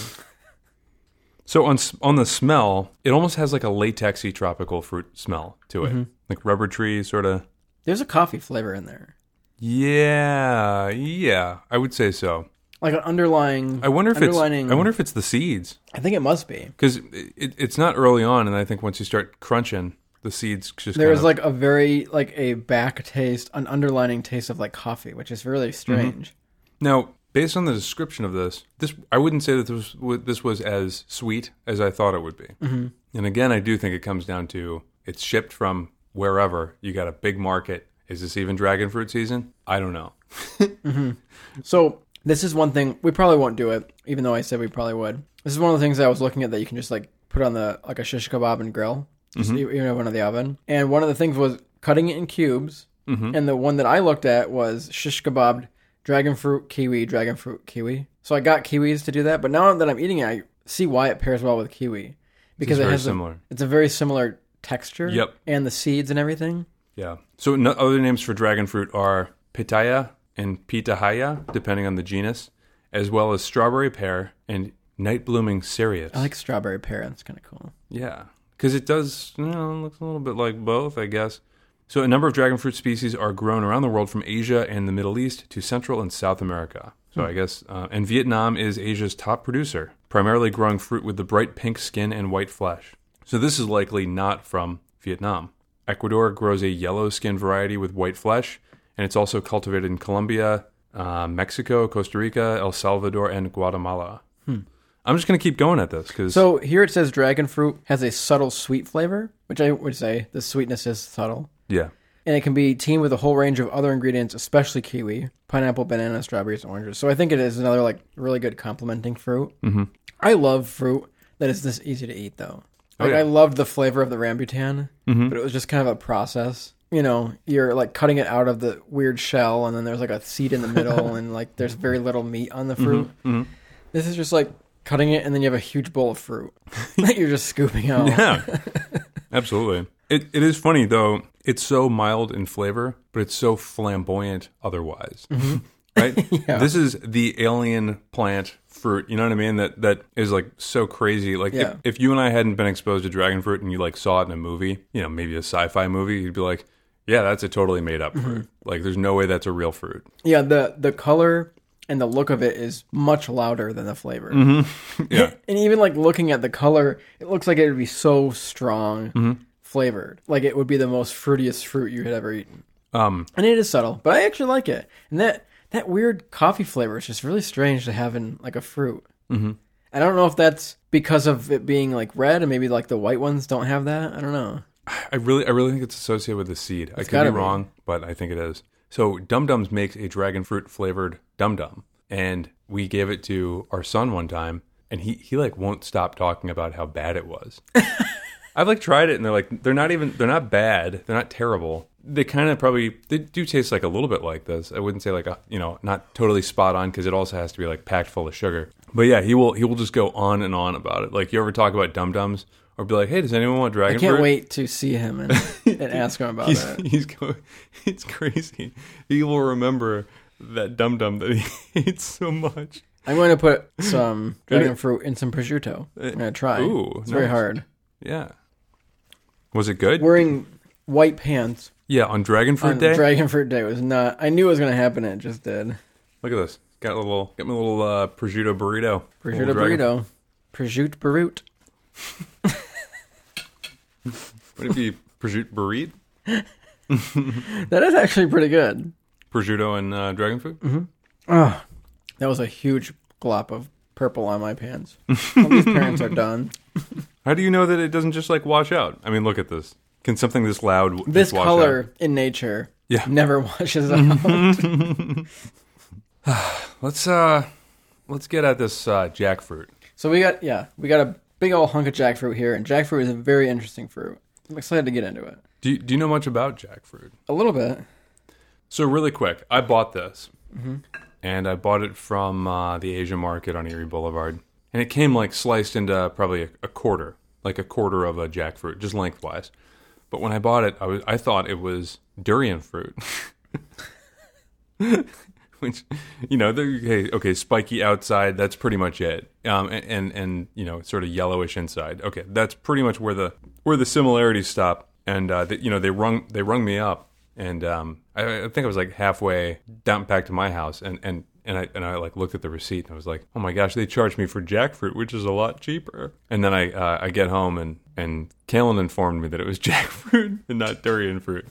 Speaker 1: So on s- on the smell, it almost has like a latexy tropical fruit smell to
Speaker 2: Mm-hmm.
Speaker 1: it, like rubber tree sort of.
Speaker 2: There's a coffee flavor in there,
Speaker 1: Yeah, yeah, I would say so.
Speaker 2: like an underlying.
Speaker 1: I wonder if it's
Speaker 2: Underlining-
Speaker 1: I wonder if it's the seeds
Speaker 2: I think it must be.
Speaker 1: because it, it's not early on, and I think once you start crunching, the seeds just
Speaker 2: There
Speaker 1: kind
Speaker 2: is like a very like a back taste, an underlining taste of like coffee, which is
Speaker 1: Mm-hmm.
Speaker 2: really strange.
Speaker 1: Now, based on the description of this, this I wouldn't say that this was, this was as sweet as I thought it would be. Mm-hmm. And again, I do think it comes down to it's shipped from wherever. You got a big market. Is this even dragon fruit season? I don't know.
Speaker 2: So this is one thing we probably won't do it, even though I said we probably would. This is one of the things I was looking at that you can just like put on the like a shish kebab and grill, just
Speaker 1: Mm-hmm.
Speaker 2: e- even over in the oven. And one of the things was cutting it in cubes.
Speaker 1: Mm-hmm.
Speaker 2: And the one that I looked at was shish kebab, dragon fruit, kiwi, dragon fruit, kiwi. So I got kiwis to do that, but now that I'm eating it, I see why it pairs well with kiwi because it
Speaker 1: very
Speaker 2: has a-
Speaker 1: similar.
Speaker 2: it's a very similar texture
Speaker 1: Yep.
Speaker 2: and the seeds and everything.
Speaker 1: Yeah. So no, other names for dragon fruit are pitaya and pitahaya, depending on the genus, as well as strawberry pear and night blooming cereus.
Speaker 2: I like strawberry pear. That's kind of cool.
Speaker 1: yeah, because it does you know, it looks a little bit like both, I guess. So a number of dragon fruit species are grown around the world from Asia and the Middle East to Central and South America. So I guess, uh, and Vietnam is Asia's top producer, primarily growing fruit with the bright pink skin and white flesh. So this is likely not from Vietnam. Ecuador grows a yellow skin variety with white flesh, and it's also cultivated in Colombia, uh, Mexico, Costa Rica, El Salvador, and Guatemala. I'm just gonna keep going at this because
Speaker 2: So here it says dragon fruit has a subtle sweet flavor, which I would say the sweetness is subtle.
Speaker 1: yeah,
Speaker 2: And it can be teamed with a whole range of other ingredients, especially kiwi, pineapple, banana, strawberries, oranges. So I think it is another like really good complementing fruit. Mm-hmm. I love fruit that is this easy to eat though. Like
Speaker 1: Oh, yeah. Mm-hmm.
Speaker 2: I loved the flavor of the rambutan, but it was just kind of a process. You know, you're like cutting it out of the weird shell, and then there's like a seed in the middle, and like there's very little meat on the
Speaker 1: Mm-hmm.
Speaker 2: fruit. This is just like cutting it, and then you have a huge bowl of fruit that you're just scooping out.
Speaker 1: yeah, absolutely. It it is funny though. It's so mild in flavor, but it's so flamboyant otherwise. right? This is the alien plant fruit. You know what I mean? That that is like so crazy. Like
Speaker 2: Yeah.
Speaker 1: if, if you and I hadn't been exposed to dragon fruit and you like saw it in a movie, you know, maybe a sci-fi movie, you'd be like, yeah, that's a totally made up fruit. Like there's no way that's a real fruit.
Speaker 2: Yeah, the the color and the look of it is much louder than the flavor.
Speaker 1: Mm-hmm. Yeah.
Speaker 2: And even like looking at the color, it looks like it would be so strong
Speaker 1: Mm-hmm.
Speaker 2: flavored. Like it would be the most fruitiest fruit you had ever eaten.
Speaker 1: Um
Speaker 2: And it is subtle, but I actually like it. And that that weird coffee flavor is just really strange to have in like a fruit. Mm-hmm. I don't know if that's because of it being like red, and maybe like the white ones don't have that. I don't know.
Speaker 1: I really, I really think it's associated with the seed. I could be
Speaker 2: gotta be.
Speaker 1: wrong, but I think it is. So Dum Dums makes a dragon fruit flavored Dum Dum, and we gave it to our son one time, and he he like won't stop talking about how bad it was. I've like tried it, and they're like they're not even they're not bad, they're not terrible. They kind of probably they do taste like a little bit like this. I wouldn't say like a, you know not totally spot on because it also has to be like packed full of sugar. But yeah, he will he will just go on and on about it. Like you ever talk about Dum Dums or be like, hey, does anyone want dragon
Speaker 2: I can't
Speaker 1: fruit?
Speaker 2: wait to see him and, and ask him about
Speaker 1: he's,
Speaker 2: it.
Speaker 1: he's going, it's crazy. He will remember that dum dum that he hates so much.
Speaker 2: I'm going to put some dragon fruit in some prosciutto. I'm going to try.
Speaker 1: Uh, Ooh,
Speaker 2: it's very
Speaker 1: nice.
Speaker 2: hard.
Speaker 1: Yeah. Was it good?
Speaker 2: Wearing white pants
Speaker 1: yeah, on Dragon Fruit
Speaker 2: on
Speaker 1: Day.
Speaker 2: Dragon Fruit Day was not. I knew it was going to happen. and It just did.
Speaker 1: Look at this. Got a little, got me a little uh, prosciutto burrito.
Speaker 2: Prosciutto
Speaker 1: Little dragon-
Speaker 2: burrito. Prosciutto burrito.
Speaker 1: Would it be prosciutto burrito?
Speaker 2: That is actually pretty good.
Speaker 1: Prosciutto and uh, dragon fruit.
Speaker 2: Oh, that was a huge glop of purple on my pants. All these parents are done.
Speaker 1: How do you know that it doesn't just like wash out? I mean, look at this. Can something this loud w-
Speaker 2: This
Speaker 1: just wash
Speaker 2: color
Speaker 1: out?
Speaker 2: in nature
Speaker 1: Yeah. Mm-hmm.
Speaker 2: never washes out.
Speaker 1: Let's uh, let's get at this uh, jackfruit.
Speaker 2: so we got yeah, we got a big old hunk of jackfruit here, and jackfruit is a very interesting fruit. I'm excited to get into it.
Speaker 1: Do you, do you know much about jackfruit?
Speaker 2: A little bit.
Speaker 1: So really quick, I bought this, and I bought it from uh, the Asian market on Erie Boulevard, and it came like sliced into probably a, a quarter, like a quarter of a jackfruit, just lengthwise. But when I bought it, I was I thought it was durian fruit, which you know, they're- okay, okay, spiky outside, that's pretty much it, um, and, and and you know, sort of yellowish inside. Okay, that's pretty much where the where the similarities stop. And uh, they, you know, they rung they rung me up, and um, I, I think I was like halfway down back to my house, and and. And I, and I like looked at the receipt and I was like, oh my gosh, they charged me for jackfruit, which is a lot cheaper. And then I uh, I get home and and Kalen informed me that it was jackfruit and not durian fruit.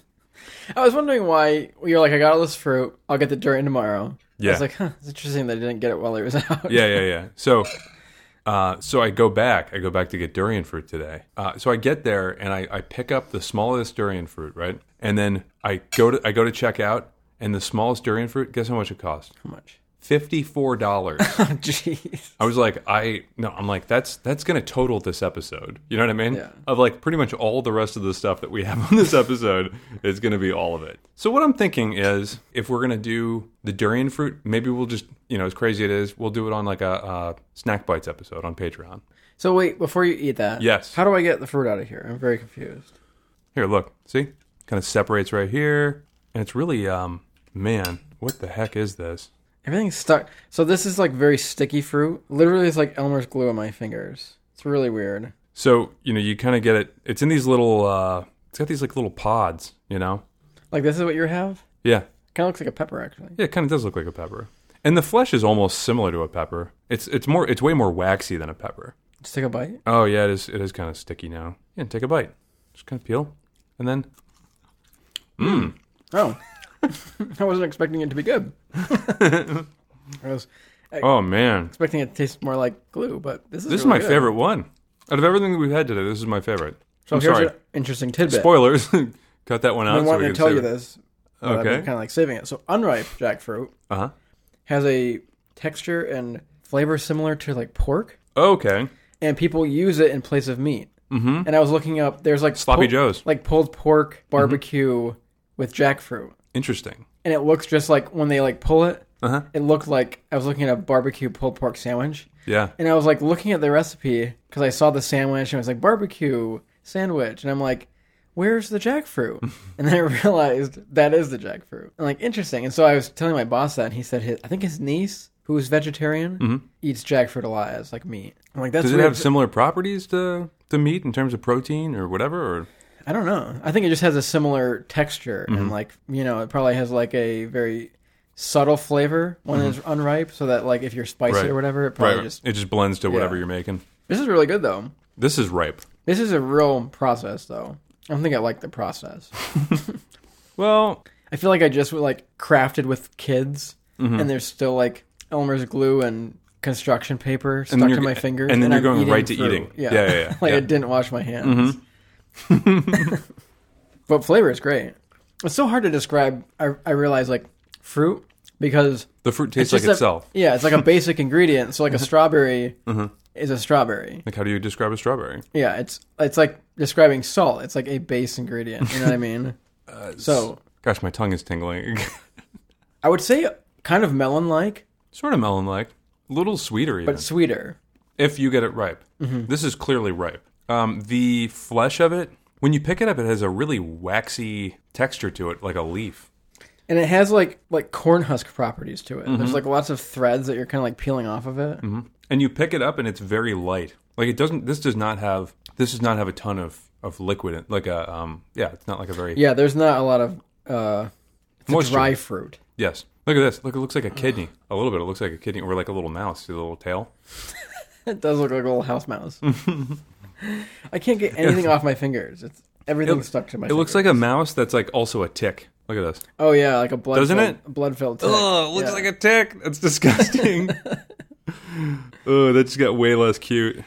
Speaker 2: I was wondering why you're like, I got all this fruit. I'll get the durian tomorrow. I
Speaker 1: Yeah.
Speaker 2: was like, huh, it's interesting that I didn't get it while it was out.
Speaker 1: yeah, yeah, yeah. So, uh, so I go back. I go back to get durian fruit today. Uh, so I get there and I, I pick up the smallest durian fruit, right? And then I go to I go to check out, and the smallest durian fruit. Guess how much it cost?
Speaker 2: How much?
Speaker 1: Fifty four dollars.
Speaker 2: Oh, jeez.
Speaker 1: I was like, I no, I'm like that's that's gonna total this episode. You know what I mean?
Speaker 2: Yeah.
Speaker 1: Of like pretty much all the rest of the stuff that we have on this episode is gonna be all of it. So what I'm thinking is, if we're gonna do the durian fruit, maybe we'll just you know as crazy it is, we'll do it on like a uh, snack bites episode on Patreon.
Speaker 2: So wait, before you eat that,
Speaker 1: Yes.
Speaker 2: How do I get the fruit out of here? I'm very confused.
Speaker 1: Here, look. See? Kind of separates right here. And it's really, um, man, what the heck is this?
Speaker 2: Everything's stuck. So this is like very sticky fruit. Literally, it's like Elmer's glue on my fingers. It's really weird.
Speaker 1: So, you know, you kind of get it. It's in these little, uh, it's got these like little pods, you know?
Speaker 2: Like this is what you have.
Speaker 1: Yeah.
Speaker 2: Kind of looks like a pepper actually.
Speaker 1: Yeah, it kind of does look like a pepper. And the flesh is almost similar to a pepper. It's it's more it's way more waxy than a pepper.
Speaker 2: Just take a bite.
Speaker 1: Oh yeah, it is it is kind of sticky now. Yeah, take a bite. Just kind of peel. And then
Speaker 2: Oh, I wasn't expecting it to be good. I was
Speaker 1: oh man.
Speaker 2: expecting it to taste more like glue, but this is
Speaker 1: This is
Speaker 2: really
Speaker 1: my
Speaker 2: good.
Speaker 1: favorite one. Out of everything that we've had today, this is my favorite.
Speaker 2: So
Speaker 1: I'm
Speaker 2: here's
Speaker 1: sorry.
Speaker 2: an interesting tidbit.
Speaker 1: Spoilers. Cut that one out.
Speaker 2: I've been
Speaker 1: so we
Speaker 2: wanting
Speaker 1: can
Speaker 2: to tell
Speaker 1: save
Speaker 2: you
Speaker 1: it.
Speaker 2: this. But I've
Speaker 1: Okay.
Speaker 2: been kind of like saving it. So unripe jackfruit
Speaker 1: Uh-huh.
Speaker 2: has a texture and flavor similar to like pork,
Speaker 1: Okay.
Speaker 2: and people use it in place of meat. Mm-hmm. And I was looking up. There's like
Speaker 1: Sloppy
Speaker 2: pulled-
Speaker 1: Joes. Mm-hmm.
Speaker 2: like pulled pork barbecue with jackfruit,
Speaker 1: Interesting.
Speaker 2: and it looks just like when they like pull it.
Speaker 1: Uh-huh.
Speaker 2: It looked like I was looking at a barbecue pulled pork sandwich,
Speaker 1: Yeah.
Speaker 2: and I was like looking at the recipe because I saw the sandwich and I was like barbecue sandwich, and I'm like, where's the jackfruit? and then I realized that is the jackfruit. And like interesting. And so I was telling my boss that, and he said his, I think his niece who is vegetarian eats jackfruit a lot as like meat. I'm like that's
Speaker 1: Mm-hmm. Does it
Speaker 2: weird.
Speaker 1: have similar properties to to meat in terms of protein or whatever or
Speaker 2: I don't know. I think it just has a similar texture
Speaker 1: Mm-hmm.
Speaker 2: and like you know it probably has like a very subtle flavor when it's unripe, so that like if you're spicy
Speaker 1: Mm-hmm. Right.
Speaker 2: or whatever, Oh, it probably
Speaker 1: Right.
Speaker 2: just
Speaker 1: it just blends to whatever
Speaker 2: Yeah.
Speaker 1: you're making.
Speaker 2: this is really good though.
Speaker 1: This is ripe.
Speaker 2: This is a real process, though. I don't think I like the process.
Speaker 1: Well,
Speaker 2: I feel like I just like crafted with kids,
Speaker 1: Mm-hmm.
Speaker 2: and there's still like Elmer's glue and construction paper stuck
Speaker 1: And then
Speaker 2: to
Speaker 1: you're-
Speaker 2: my fingers,
Speaker 1: and then you're
Speaker 2: I'm
Speaker 1: going
Speaker 2: eating
Speaker 1: right to
Speaker 2: fruit.
Speaker 1: eating.
Speaker 2: Yeah,
Speaker 1: Yeah, yeah, yeah,
Speaker 2: like
Speaker 1: yeah. Mm-hmm.
Speaker 2: I didn't wash my hands. but flavor is great. It's so hard to describe. I, I realize like fruit because
Speaker 1: the fruit tastes
Speaker 2: just
Speaker 1: like
Speaker 2: a-
Speaker 1: itself. Mm-hmm.
Speaker 2: yeah, it's like a basic ingredient. So like a strawberry is a strawberry.
Speaker 1: Like how do you describe a strawberry?
Speaker 2: Yeah, it's it's like describing salt. It's like a base ingredient. You know what I mean?
Speaker 1: Uh,
Speaker 2: so
Speaker 1: Gosh, my tongue is tingling.
Speaker 2: I would say kind of melon like,
Speaker 1: sort of melon like, a little sweeter even.
Speaker 2: but Mm-hmm. sweeter.
Speaker 1: if you get it ripe. This is clearly ripe. Um, the flesh of it, when you pick it up, it has a really waxy texture to it, like a leaf.
Speaker 2: And it has like like corn husk properties to it.
Speaker 1: Mm-hmm.
Speaker 2: There's like lots of threads that you're kind of like peeling off of it.
Speaker 1: And you pick it up, and it's very light. Like it doesn't. This does not have. This does not have a ton of of liquid. In, like a um. Yeah, it's not like a very
Speaker 2: Yeah, there's not a lot of uh it's a
Speaker 1: Moisture.
Speaker 2: dry fruit.
Speaker 1: Yes. Look at this. Look, it looks like a kidney. A little bit. It looks like a kidney, or like a little mouse. See the little tail.
Speaker 2: It does look like a little house mouse. I can't get anything off my fingers. It's everything's stuck to my
Speaker 1: It looks like a mouse that's like also a tick. Look at this.
Speaker 2: Oh yeah, like a blood
Speaker 1: Doesn't
Speaker 2: filled,
Speaker 1: it?
Speaker 2: blood filled
Speaker 1: Oh, looks like a tick. That's disgusting. oh, that just got way less cute.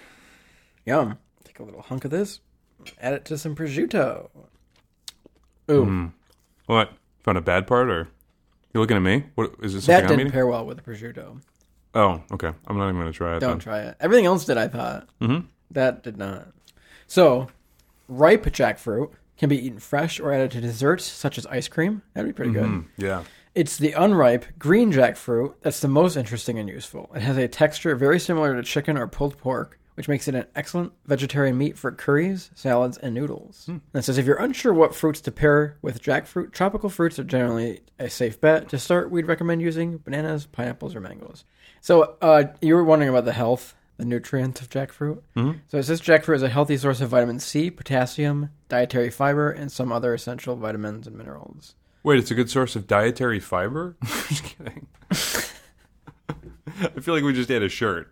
Speaker 2: Yum. Take a little hunk of this, add it to some prosciutto. Ooh,
Speaker 1: What? Found a bad part, or you looking at me? What is it? Something
Speaker 2: that
Speaker 1: I'm
Speaker 2: didn't
Speaker 1: eating?
Speaker 2: pair well with the prosciutto.
Speaker 1: oh, okay. I'm not even gonna try it.
Speaker 2: Don't
Speaker 1: Then.
Speaker 2: try it. Everything else did, I thought. Mm-hmm. That did not. So, ripe jackfruit can be eaten fresh or added to desserts such as ice cream. That'd be pretty good.
Speaker 1: Yeah.
Speaker 2: It's the unripe green jackfruit that's the most interesting and useful. It has a texture very similar to chicken or pulled pork, which makes it an excellent vegetarian meat for curries, salads, and noodles. And it says if you're unsure what fruits to pair with jackfruit, tropical fruits are generally a safe bet. To start, we'd recommend using bananas, pineapples, or mangoes. So uh, you were wondering about the health, the nutrients of jackfruit. Mm-hmm. So it says jackfruit is a healthy source of vitamin C, potassium, dietary fiber, and some other essential vitamins and minerals.
Speaker 1: Wait, it's a good source of dietary fiber. just kidding. I feel like we just ate a shirt.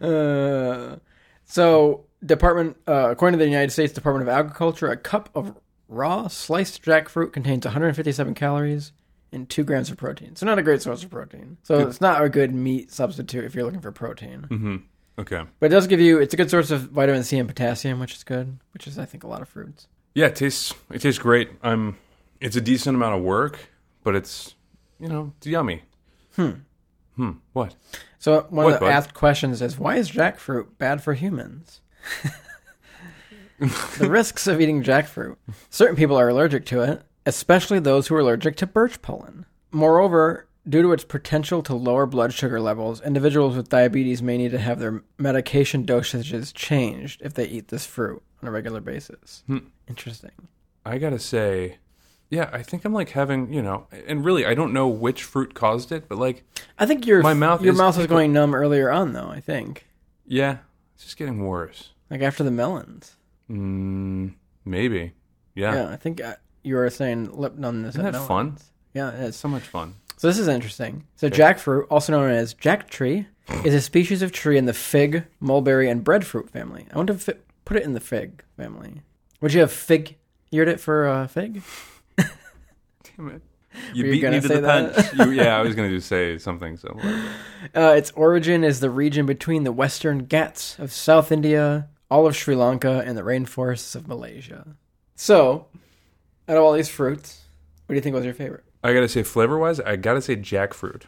Speaker 2: Uh, so department uh, according to the united states department of agriculture a cup of raw sliced jackfruit contains 157 calories and two grams of protein so not a great source of protein so it's not a good meat substitute if you're looking for protein
Speaker 1: Okay.
Speaker 2: but it does give you it's a good source of vitamin c and potassium which is good which is i think a lot of fruits
Speaker 1: Yeah, it tastes it tastes great. I'm it's a decent amount of work, but it's you know, it's yummy. Hmm. Hmm. What?
Speaker 2: so one
Speaker 1: What,
Speaker 2: of the
Speaker 1: bud?
Speaker 2: asked questions is why is jackfruit bad for humans the risks of eating jackfruit. Certain people are allergic to it, especially those who are allergic to birch pollen. Moreover, due to its potential to lower blood sugar levels, individuals with diabetes may need to have their medication dosages changed if they eat this fruit. on a regular basis.
Speaker 1: Hmm.
Speaker 2: Interesting.
Speaker 1: I gotta say, yeah, I think I'm like having, you know, and really, I don't know which fruit caused it, but like,
Speaker 2: I think your
Speaker 1: My mouth
Speaker 2: your
Speaker 1: is
Speaker 2: mouth was
Speaker 1: pickled.
Speaker 2: going numb earlier on though. I think
Speaker 1: yeah, it's just getting worse.
Speaker 2: like after the melons.
Speaker 1: Mm, maybe. Yeah.
Speaker 2: Yeah, I think uh you were saying lip numbness.
Speaker 1: Isn't
Speaker 2: at
Speaker 1: that
Speaker 2: melons.
Speaker 1: fun?
Speaker 2: Yeah, it is.
Speaker 1: So much fun.
Speaker 2: So this is interesting. So jackfruit, also known as jack tree, is a species of tree in the fig, mulberry, and breadfruit family. I want to fit, put it in the fig family. Would you have fig eared it for uh, fig?
Speaker 1: Damn it. You
Speaker 2: Were you
Speaker 1: beat me
Speaker 2: gonna
Speaker 1: to
Speaker 2: say
Speaker 1: the
Speaker 2: that?
Speaker 1: punch. You, yeah, I was going to say something similar.
Speaker 2: Uh, its origin is the region between the western Ghats of South India, all of Sri Lanka, and the rainforests of Malaysia. So, out of all these fruits, what do you think was your favorite?
Speaker 1: I got to say, flavor wise, I got to say jackfruit.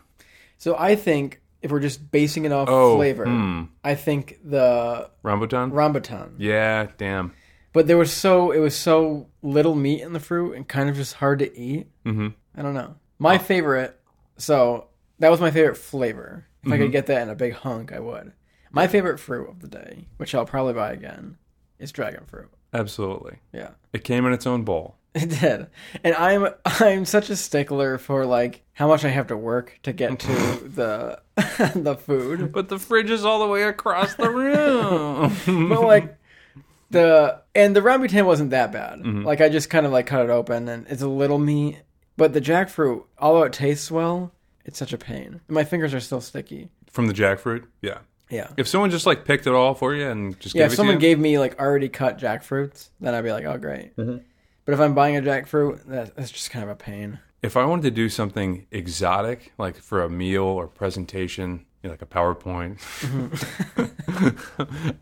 Speaker 2: So I think if we're just basing it off
Speaker 1: Oh,
Speaker 2: flavor,
Speaker 1: hmm.
Speaker 2: I think the
Speaker 1: Rambutan?
Speaker 2: rambutan.
Speaker 1: yeah, damn.
Speaker 2: But there was so it was so little meat in the fruit and kind of just hard to eat.
Speaker 1: hmm
Speaker 2: I don't know. My favorite, so that was my favorite flavor. If I could get that in a big hunk, I would. My favorite fruit of the day, which I'll probably buy again, is dragon fruit.
Speaker 1: Absolutely.
Speaker 2: Yeah,
Speaker 1: It came in its own bowl.
Speaker 2: it did. And I'm I'm such a stickler for like how much I have to work to get to the the food.
Speaker 1: But the fridge is all the way across the room.
Speaker 2: But like the and the rambutan wasn't that bad.
Speaker 1: Mm-hmm.
Speaker 2: Like I just kind of like cut it open and it's a little meat. But the jackfruit, although it tastes well, it's such a pain. My fingers are still sticky.
Speaker 1: From the jackfruit? Yeah.
Speaker 2: Yeah.
Speaker 1: If someone just like picked it all for you and just
Speaker 2: Yeah,
Speaker 1: gave
Speaker 2: if
Speaker 1: it
Speaker 2: someone
Speaker 1: to you,
Speaker 2: gave me like already cut jackfruits, then I'd be like, oh great.
Speaker 1: Mm-hmm.
Speaker 2: But if I'm buying a jackfruit, that, that's just kind of a pain.
Speaker 1: if I wanted to do something exotic, like for a meal or presentation, you know, like a PowerPoint,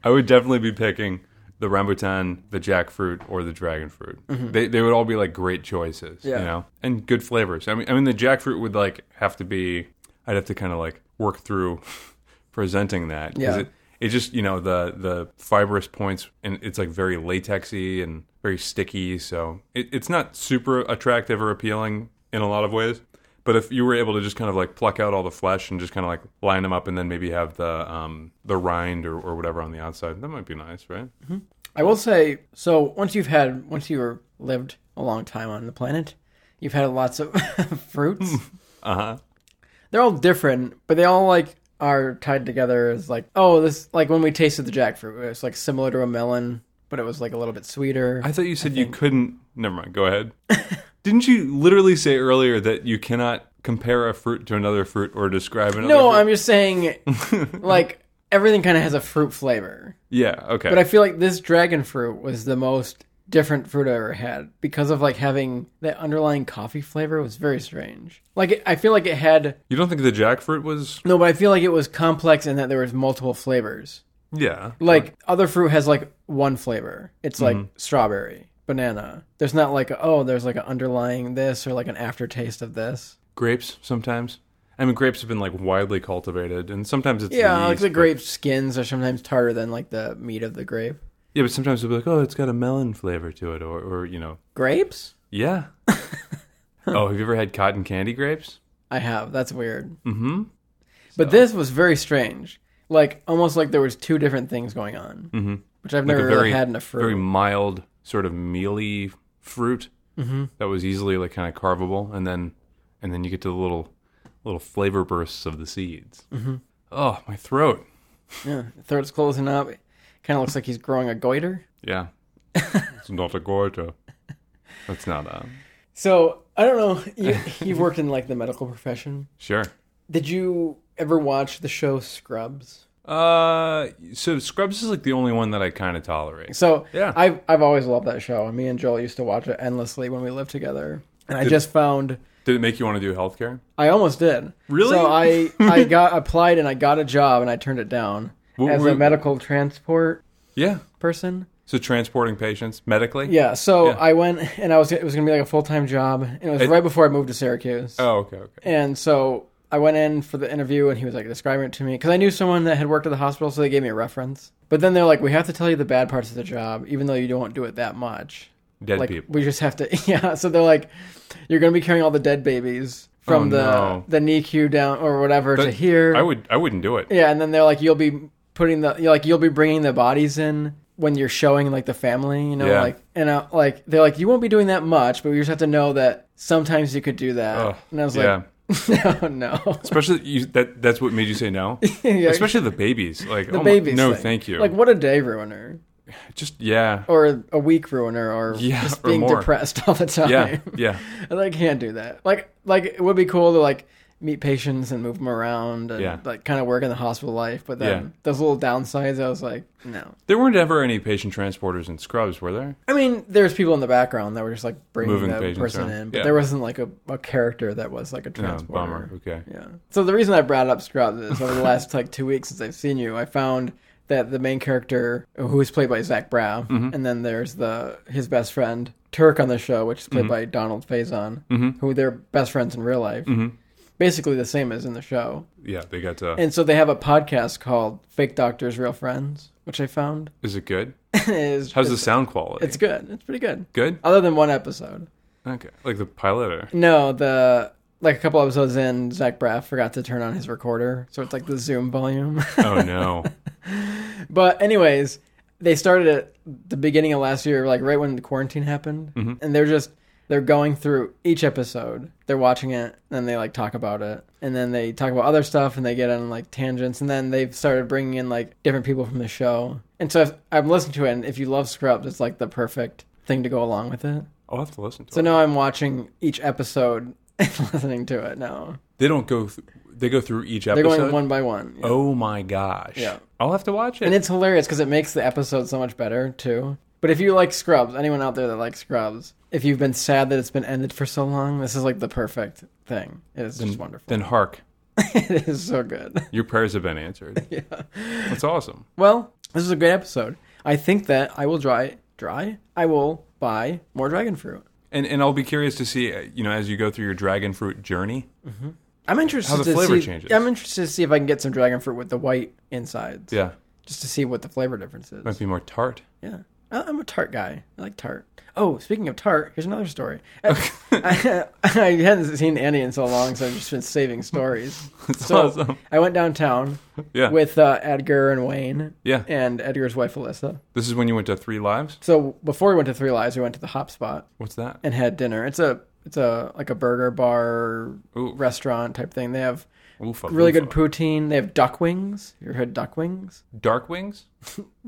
Speaker 1: I would definitely be picking the rambutan, the jackfruit, or the dragon fruit. They, they would all be like great choices,
Speaker 2: Mm-hmm. Yeah.
Speaker 1: you know, and good flavors. I mean, I mean, the jackfruit would like have to be. I'd have to kind of like work through presenting that 'cause
Speaker 2: Yeah.
Speaker 1: it, it just you know the the fibrous points and it's like very latexy and very sticky so it, it's not super attractive or appealing in a lot of ways but if you were able to just kind of like pluck out all the flesh and just kind of like line them up and then maybe have the um the rind or, or whatever on the outside that might be nice right
Speaker 2: I will say, so once you've had, once you've lived a long time on the planet, you've had lots of fruits.
Speaker 1: uh-huh
Speaker 2: They're all different, but they all like are tied together as like, oh, this like when we tasted the jackfruit, it was like similar to a melon, but it was like a little bit sweeter.
Speaker 1: i thought you said you couldn't never mind go ahead didn't you literally say earlier that you cannot compare a fruit to another fruit or describe another
Speaker 2: no,
Speaker 1: fruit?
Speaker 2: I'm just saying, like everything kind of has a fruit flavor.
Speaker 1: yeah okay
Speaker 2: But I feel like this dragon fruit was the most different fruit I ever had because of like having that underlying coffee flavor was very strange. Like it, I feel like it had
Speaker 1: you don't think the jackfruit was
Speaker 2: no, but I feel like it was complex in that there was multiple flavors.
Speaker 1: yeah
Speaker 2: Like other fruit has like one flavor. It's like
Speaker 1: Mm-hmm.
Speaker 2: strawberry, banana. There's not like a, oh, there's like an underlying this or like an aftertaste of this.
Speaker 1: grapes sometimes. I mean, grapes have been like widely cultivated, and sometimes it's
Speaker 2: Yeah, like
Speaker 1: yeast,
Speaker 2: the
Speaker 1: but-
Speaker 2: grape skins are sometimes tartar than like the meat of the grape.
Speaker 1: Yeah, but sometimes it'll be like, oh, it's got a melon flavor to it, or, or you know,
Speaker 2: Grapes?
Speaker 1: yeah. oh, have you ever had cotton candy grapes?
Speaker 2: I have. That's weird.
Speaker 1: Mm-hmm.
Speaker 2: But this was very strange. Like almost like there was two different things going on, mm-hmm. which I've never
Speaker 1: a
Speaker 2: really
Speaker 1: very-
Speaker 2: had in a fruit.
Speaker 1: Very mild, sort of mealy fruit
Speaker 2: Mm-hmm.
Speaker 1: that was easily like kind of carvable, and then and then you get to the little little flavor bursts of the seeds. Mm-hmm. Oh, my throat.
Speaker 2: Yeah, throat's closing up. Kind of looks like he's growing a goiter.
Speaker 1: Yeah, it's not a gorgeous. That's not um, a
Speaker 2: So I don't know. You, you've worked in like the medical profession.
Speaker 1: sure.
Speaker 2: Did you ever watch the show Scrubs?
Speaker 1: Uh, so Scrubs is like the only one that I kind of tolerate.
Speaker 2: So
Speaker 1: Yeah.
Speaker 2: I've I've always loved that show, and me and Joel used to watch it endlessly when we lived together. And I just found
Speaker 1: Did it make you want to do healthcare?
Speaker 2: I almost did.
Speaker 1: Really?
Speaker 2: So I I got applied and I got a job and I turned it down
Speaker 1: What
Speaker 2: as
Speaker 1: were-
Speaker 2: a medical transport
Speaker 1: Yeah.
Speaker 2: person.
Speaker 1: So transporting patients medically.
Speaker 2: Yeah, so
Speaker 1: Yeah.
Speaker 2: I went and I was it was gonna be like a full time job, and it was
Speaker 1: It-
Speaker 2: right before I moved to Syracuse.
Speaker 1: Oh, okay, okay.
Speaker 2: And so I went in for the interview, and he was like describing it to me because I knew someone that had worked at the hospital, so they gave me a reference. But then they're like, "We have to tell you the bad parts of the job, even though you don't do it that much.
Speaker 1: Dead
Speaker 2: Like
Speaker 1: people.
Speaker 2: we just have to, yeah." So they're like, "You're gonna be carrying all the dead babies from
Speaker 1: Oh,
Speaker 2: the
Speaker 1: no.
Speaker 2: the NICU down or whatever to
Speaker 1: That-
Speaker 2: here."
Speaker 1: I would. I wouldn't do it.
Speaker 2: yeah, and then they're like, "You'll be putting the you're like you'll be bringing the bodies in." when you're showing like the family, you know,
Speaker 1: Yeah.
Speaker 2: like and I, like they're like, you won't be doing that much, but we just have to know that sometimes you could do that.
Speaker 1: Ugh,
Speaker 2: and I was
Speaker 1: Oh, yeah.
Speaker 2: like, no, no,
Speaker 1: Especially you, that that's what made you say no.
Speaker 2: Yeah,
Speaker 1: Especially the babies. Like
Speaker 2: the
Speaker 1: oh my-
Speaker 2: babies.
Speaker 1: no,
Speaker 2: thing.
Speaker 1: thank you.
Speaker 2: Like what a day ruiner,
Speaker 1: just yeah.
Speaker 2: or a week ruiner, or
Speaker 1: Yeah,
Speaker 2: just
Speaker 1: or
Speaker 2: being
Speaker 1: more.
Speaker 2: depressed all the time.
Speaker 1: Yeah. Yeah.
Speaker 2: I like, can't do that. Like like it would be cool to like meet patients and move them around and
Speaker 1: Yeah.
Speaker 2: like kind of work in the hospital life, but then
Speaker 1: Yeah.
Speaker 2: those little downsides, I was like, no.
Speaker 1: There weren't ever any patient transporters in Scrubs, were there?
Speaker 2: I mean, there's people in the background that were just like bringing
Speaker 1: Moving
Speaker 2: that
Speaker 1: patients
Speaker 2: person
Speaker 1: around.
Speaker 2: in, but
Speaker 1: Yeah.
Speaker 2: there wasn't like a, a character that was like a
Speaker 1: No,
Speaker 2: transporter.
Speaker 1: bummer. Okay.
Speaker 2: Yeah. So the reason I brought it up throughout this over the last like two weeks since I've seen you, I found that the main character who is played by Zach Braff,
Speaker 1: Mm-hmm.
Speaker 2: and then there's the his best friend Turk on the show, which is played
Speaker 1: Mm-hmm.
Speaker 2: by Donald Faison, who they're best friends in real life.
Speaker 1: Mm-hmm.
Speaker 2: Basically the same as in the show.
Speaker 1: Yeah, they got uh,
Speaker 2: And so they have a podcast called Fake Doctors Real Friends, which I found
Speaker 1: Is it good?
Speaker 2: is
Speaker 1: How's the sound quality?
Speaker 2: it's good. It's pretty good.
Speaker 1: good.
Speaker 2: Other than one episode.
Speaker 1: Okay. Like the pilot or
Speaker 2: No, the like a couple episodes in, Zach Braff forgot to turn on his recorder, so it's like the Zoom volume.
Speaker 1: Oh no.
Speaker 2: but anyways, they started at the beginning of last year, like right when the quarantine happened, and they're just they're going through each episode. They're watching it, and they like talk about it, and then they talk about other stuff, and they get on like tangents, and then they've started bringing in like different people from the show. And so I've, I've listened to it, and if you love Scrubs, it's like the perfect thing to go along with it.
Speaker 1: I'll have to listen to
Speaker 2: So
Speaker 1: it.
Speaker 2: now I'm watching each episode and listening to it now.
Speaker 1: They don't go th- they go through each
Speaker 2: They're
Speaker 1: episode.
Speaker 2: going one by one. yeah.
Speaker 1: Oh my gosh.
Speaker 2: Yeah.
Speaker 1: I'll have to watch it.
Speaker 2: And it's hilarious because it makes the episode so much better, too. But if you like Scrubs, anyone out there that likes Scrubs, if you've been sad that it's been ended for so long, this is like the perfect thing. It is just wonderful.
Speaker 1: then hark.
Speaker 2: it is so good.
Speaker 1: Your prayers have been answered. yeah. That's awesome.
Speaker 2: Well, this is a great episode. I think that I will dry, dry? I will buy more dragon fruit.
Speaker 1: And and I'll be curious to see, uh, you know, as you go through your dragon fruit journey.
Speaker 2: I'm interested
Speaker 1: How the
Speaker 2: to
Speaker 1: flavor
Speaker 2: see,
Speaker 1: changes.
Speaker 2: I'm interested to see if I can get some dragon fruit with the white insides.
Speaker 1: Yeah.
Speaker 2: Just to see what the flavor difference is.
Speaker 1: Might be more tart.
Speaker 2: Yeah. I- I'm a tart guy. I like tart. Oh, speaking of tart, here's another story. Uh, I, I hadn't seen Annie in so long, so I've just been saving stories. so
Speaker 1: awesome.
Speaker 2: I went downtown
Speaker 1: Yeah.
Speaker 2: with uh, Edgar and Wayne
Speaker 1: Yeah.
Speaker 2: and Edgar's wife, Alyssa.
Speaker 1: This is when you went to Three Lives?
Speaker 2: So before we went to Three Lives, we went to the Hop Spot
Speaker 1: What's that?
Speaker 2: and had dinner. It's a it's a like a burger bar
Speaker 1: Ooh.
Speaker 2: restaurant type thing. They have
Speaker 1: Oofa,
Speaker 2: really
Speaker 1: oofa.
Speaker 2: good poutine. They have duck wings. You ever had duck wings?
Speaker 1: Dark wings?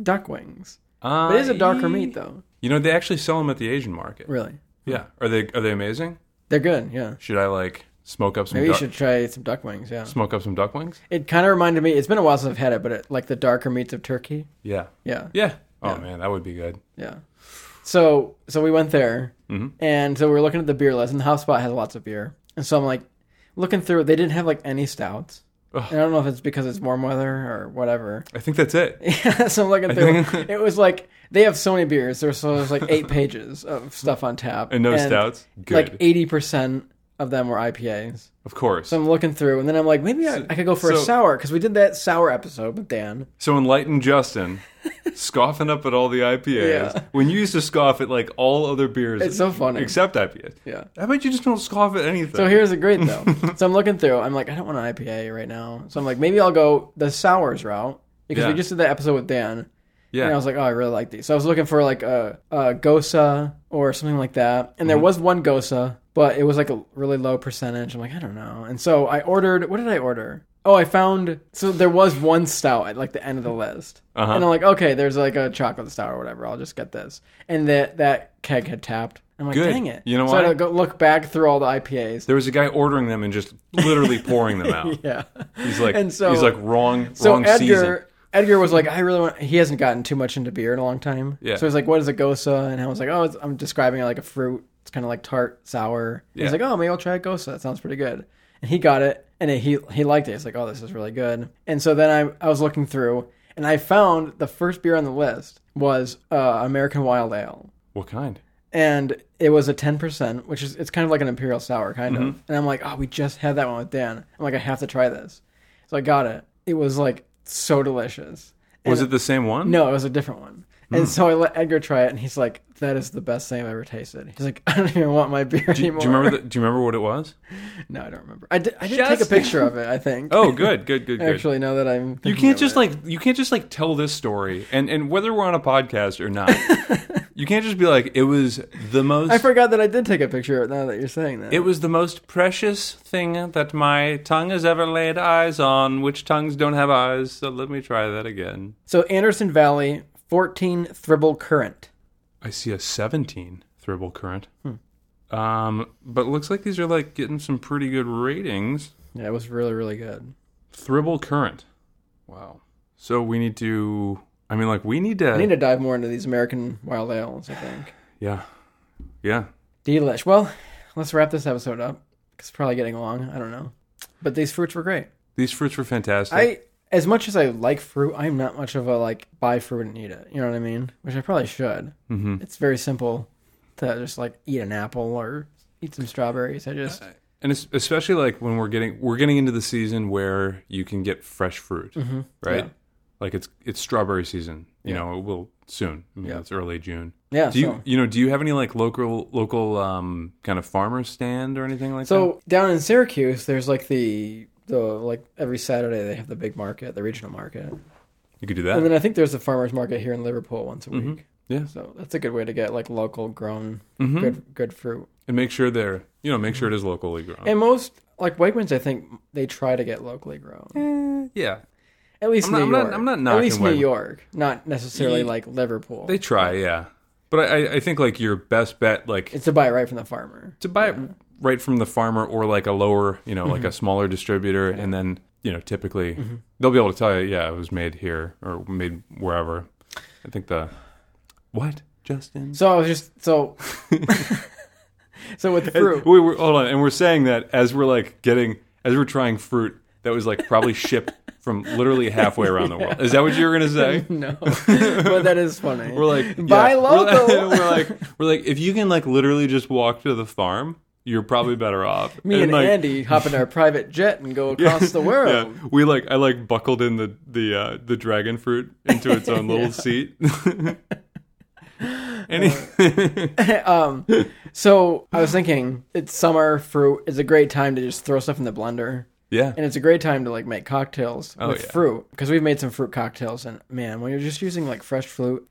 Speaker 2: Duck wings.
Speaker 1: Uh,
Speaker 2: But it is a darker meat though.
Speaker 1: You know, they actually sell them at the Asian market.
Speaker 2: Really.
Speaker 1: Yeah. Are they are they amazing?
Speaker 2: They're good, yeah.
Speaker 1: Should I like smoke up some
Speaker 2: Maybe you
Speaker 1: duck,
Speaker 2: should try some duck wings. Yeah,
Speaker 1: smoke up some duck wings?
Speaker 2: it kind of reminded me. It's been a while since I've had it, but it, like the darker meats of turkey.
Speaker 1: Yeah.
Speaker 2: Yeah,
Speaker 1: Yeah. Oh man, that would be good.
Speaker 2: yeah. So so we went there,
Speaker 1: Mm-hmm.
Speaker 2: and so we were looking at the beer list, and the hot spot has lots of beer, and so I'm like looking through. it. They didn't have like any stouts.
Speaker 1: Ugh.
Speaker 2: And I don't know if it's because it's warm weather or whatever.
Speaker 1: I think that's it.
Speaker 2: Yeah, so I'm looking through. it was like they have so many beers. There's so there's like eight pages of stuff on tap,
Speaker 1: And no stouts. Good.
Speaker 2: Like eighty percent of them were IPAs.
Speaker 1: of course.
Speaker 2: So I'm looking through, and then I'm like, maybe I, I could go for a
Speaker 1: so-
Speaker 2: sour because we did that sour episode with Dan.
Speaker 1: so enlighten Justin, scoffing up at all the IPAs
Speaker 2: Yeah.
Speaker 1: when you used to scoff at like all other beers.
Speaker 2: It's so funny.
Speaker 1: except IPAs.
Speaker 2: Yeah.
Speaker 1: I bet you just don't scoff at anything.
Speaker 2: So here's the great though. so I'm looking through. I'm like, I don't want an IPA right now. So I'm like, maybe I'll go the sours route because we
Speaker 1: Yeah.
Speaker 2: just did that episode with Dan.
Speaker 1: yeah.
Speaker 2: And I was like, oh, I really like these. So I was looking for like a, a Gosa or something like that. And there
Speaker 1: Mm-hmm.
Speaker 2: was one Gosa, but it was like a really low percentage. I'm like, I don't know. And so I ordered, what did I order? Oh, I found, so there was one stout at like the end of the list.
Speaker 1: Uh-huh.
Speaker 2: And I'm like, okay, there's like a chocolate stout or whatever. I'll just get this. And that, that keg had tapped. I'm like,
Speaker 1: Good.
Speaker 2: dang it.
Speaker 1: You know
Speaker 2: so
Speaker 1: why?
Speaker 2: I had to go look back through all the IPAs.
Speaker 1: there was a guy ordering them and just literally pouring them out.
Speaker 2: Yeah.
Speaker 1: He's like,
Speaker 2: And so-
Speaker 1: he's like wrong,
Speaker 2: So
Speaker 1: wrong
Speaker 2: Edgar,
Speaker 1: season.
Speaker 2: Edgar was like, I really want. He hasn't gotten too much into beer in a long time.
Speaker 1: Yeah.
Speaker 2: So he's like, what is a gosa? And I was like, oh, it's, I'm describing it like a fruit. It's kind of like tart, sour. And He's
Speaker 1: Yeah.
Speaker 2: like, oh, maybe I'll try a gosa. That sounds pretty good. And he got it, and he he liked it. He's like, oh, this is really good. And so then I I was looking through, and I found the first beer on the list was uh, American Wild Ale
Speaker 1: What kind?
Speaker 2: and it was a 10%, which is it's kind of like an imperial sour kind
Speaker 1: Mm-hmm.
Speaker 2: of. And I'm like, "Oh, we just had that one with Dan." I'm like, "I have to try this." So I got it. It was like so delicious.
Speaker 1: Was it Mm. the same one?
Speaker 2: No, it was a different one. And so I let Edgar try it, and he's like, "That is the best thing I've ever tasted." He's like, "I don't even want my beer
Speaker 1: Do, you-
Speaker 2: anymore."
Speaker 1: do you remember? The, do you remember what it was?
Speaker 2: No, I don't remember. I did, I did
Speaker 1: Just-
Speaker 2: take a picture of it. I think.
Speaker 1: Oh, good, good, good, good.
Speaker 2: Actually, now that I'm,
Speaker 1: you
Speaker 2: thinking
Speaker 1: can't
Speaker 2: of
Speaker 1: just
Speaker 2: it.
Speaker 1: like you can't just like tell this story, and and whether we're on a podcast or not, you can't just be like it was the most.
Speaker 2: I forgot that I did take a picture of it. Now that you're saying that,
Speaker 1: It was the most precious thing that my tongue has ever laid eyes on, which tongues don't have eyes, so let me try that again.
Speaker 2: so Anderson Valley, 14 Thribble Current.
Speaker 1: I see a 17 Thribble Current.
Speaker 2: Hmm.
Speaker 1: Um, but looks like these are like getting some pretty good ratings.
Speaker 2: Yeah, it was really really good.
Speaker 1: Thribble Current. Wow. So we need to. I mean, like, we need to.
Speaker 2: I need to dive more into these American wild ales. I think.
Speaker 1: yeah. Yeah.
Speaker 2: Delish. Well, let's wrap this episode up. 'cause It's probably getting long. I don't know, but these fruits were great.
Speaker 1: These fruits were fantastic.
Speaker 2: I as much as I like fruit, I'm not much of a like buy fruit and eat it. You know what I mean? Which I probably should.
Speaker 1: mm-hmm.
Speaker 2: It's very simple to just like eat an apple or eat some strawberries. I just
Speaker 1: and es- especially like when we're getting we're getting into the season where you can get fresh fruit, right?
Speaker 2: Mm-hmm. Yeah.
Speaker 1: Like it's it's strawberry season. You know, it will soon. I mean,
Speaker 2: Yeah.
Speaker 1: it's early June.
Speaker 2: yeah.
Speaker 1: Do you
Speaker 2: so
Speaker 1: you know do you have any like local local um kind of farmer stand or anything like that?
Speaker 2: so down in Syracuse, there's like the the like every Saturday they have the big market, the regional market,
Speaker 1: You could do
Speaker 2: and
Speaker 1: that. Mm-hmm.
Speaker 2: then I think there's a farmers market here in Liverpool once a week.
Speaker 1: Yeah.
Speaker 2: So that's a good way to get like local grown
Speaker 1: Mhm.
Speaker 2: good good fruit.
Speaker 1: And make sure they're you know make sure it is locally grown.
Speaker 2: And most like Wegmans, I think they try to get locally grown.
Speaker 1: yeah.
Speaker 2: At least
Speaker 1: I'm not- I'm not-
Speaker 2: New York.
Speaker 1: I'm not
Speaker 2: At
Speaker 1: knocking
Speaker 2: least New
Speaker 1: Wegmans.
Speaker 2: York, not necessarily
Speaker 1: Ye-
Speaker 2: like Liverpool.
Speaker 1: They try, yeah. But I I- I think like your best bet like
Speaker 2: it's to buy right from the farmer.
Speaker 1: to buy it right from the farmer or like a lower, you know,
Speaker 2: Mm-hmm.
Speaker 1: like a smaller distributor, and then you know, typically they'll be able to tell you, yeah, it was made here or made wherever. I think the what Justin.
Speaker 2: So I was just so. so with the fruit,
Speaker 1: We were hold on, and we're saying that as we're like getting as we're trying fruit that was like probably shipped from literally halfway around the world. Is that what you were gonna say?
Speaker 2: no, but that is funny.
Speaker 1: We're like yeah.
Speaker 2: Buy
Speaker 1: We're
Speaker 2: local.
Speaker 1: like- We're like, we're like if you can like literally just walk to the farm, you're probably better off.
Speaker 2: me and
Speaker 1: like,
Speaker 2: Andy hop in our private jet and go across the world.
Speaker 1: Yeah, we like I like buckled in the the uh, the dragon fruit into its own little seat. Any,
Speaker 2: Uh, um, so I was thinking, it's summer fruit. It's a great time to just throw stuff in the blender.
Speaker 1: yeah,
Speaker 2: And it's a great time to like make cocktails
Speaker 1: Oh,
Speaker 2: with
Speaker 1: yeah.
Speaker 2: fruit because we've made some fruit cocktails and man, when you're just using like fresh fruit,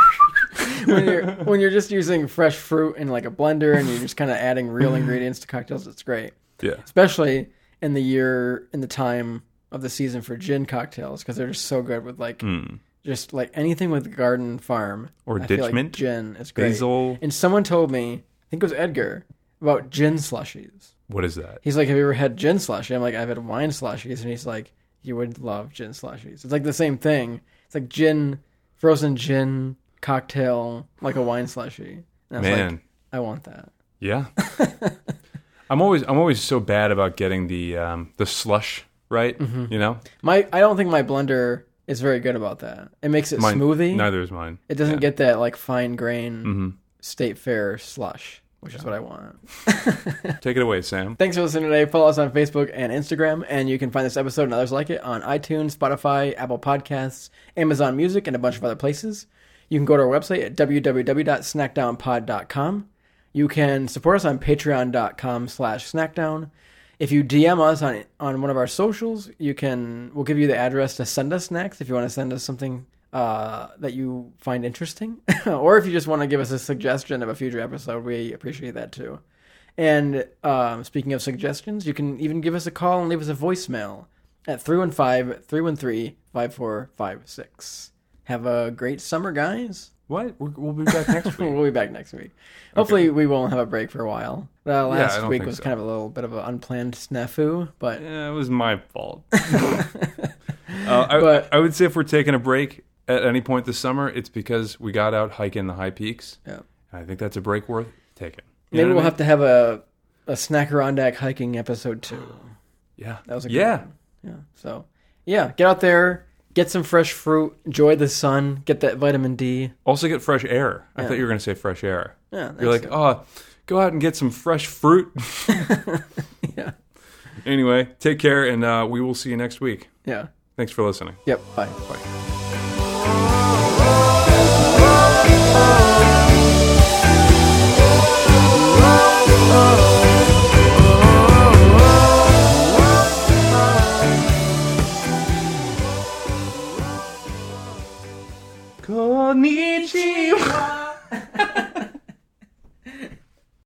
Speaker 2: when you're when you're just using fresh fruit in like a blender and you're just kind of adding real ingredients to cocktails, it's great.
Speaker 1: yeah,
Speaker 2: Especially in the year in the time of the season for gin cocktails because they're just so good with like just like anything with garden farm
Speaker 1: Hmm. Or
Speaker 2: I feel like
Speaker 1: ditchment,
Speaker 2: gin is great.
Speaker 1: basil.
Speaker 2: And someone told me, I think it was Edgar, about gin slushies.
Speaker 1: What is that?
Speaker 2: He's like, "Have you ever had gin slushy?" I'm like, "I've had wine slushies," and he's like, "You would love gin slushies." It's like the same thing. It's like gin, frozen gin cocktail, like a wine slushie. And I was
Speaker 1: Man,
Speaker 2: like, I want that.
Speaker 1: yeah. I'm always I'm always so bad about getting the um, the slush right.
Speaker 2: Mm-hmm.
Speaker 1: You know,
Speaker 2: My, I don't think my blender is very good about that. It makes it
Speaker 1: Mine-
Speaker 2: smoothie.
Speaker 1: Neither is mine.
Speaker 2: It doesn't
Speaker 1: Yeah.
Speaker 2: get that like fine grain
Speaker 1: Mhm.
Speaker 2: state fair slush, which is what I want.
Speaker 1: Take it away, Sam.
Speaker 2: Thanks for listening today. Follow us on Facebook and Instagram, and you can find this episode and others like it on iTunes, Spotify, Apple Podcasts, Amazon Music, and a bunch of other places. You can go to our website at www.snackdownpod.com. You can support us on patreon.com slash snackdown. If you DM us on on one of our socials, you can we'll give you the address to send us snacks if you want to send us something uh, that you find interesting, or if you just want to give us a suggestion of a future episode, we appreciate that too. And um, speaking of suggestions, you can even give us a call and leave us a voicemail at 315 313 5456. Have a great summer, guys.
Speaker 1: What? We're, we'll be back next week.
Speaker 2: We'll be back next week. Hopefully, we won't have a break for a while. Uh, last
Speaker 1: don't
Speaker 2: week
Speaker 1: think
Speaker 2: was
Speaker 1: so.
Speaker 2: kind of a little bit of an unplanned snafu, but
Speaker 1: Yeah, Eh, it was my fault. uh, I,
Speaker 2: But-
Speaker 1: I would say if we're taking a break at any point this summer, it's because we got out hiking the high peaks.
Speaker 2: Yeah.
Speaker 1: And I think that's a break worth taking. You
Speaker 2: maybe
Speaker 1: know
Speaker 2: we'll
Speaker 1: what I
Speaker 2: have to have a, a Snackarondack hiking episode too.
Speaker 1: mean? yeah.
Speaker 2: That was a good
Speaker 1: yeah.
Speaker 2: one. Yeah. So, yeah, get out there, get some fresh fruit, enjoy the sun, get that vitamin D.
Speaker 1: Also get fresh air. I thought you were going to say fresh air.
Speaker 2: Yeah,
Speaker 1: You're like,
Speaker 2: that's
Speaker 1: oh, go out and get some fresh fruit.
Speaker 2: it. yeah,
Speaker 1: anyway, take care, and uh, we will see you next week.
Speaker 2: yeah,
Speaker 1: Thanks for listening.
Speaker 2: yep. Bye.
Speaker 1: Bye.
Speaker 3: Oh,
Speaker 1: Konnichiwa.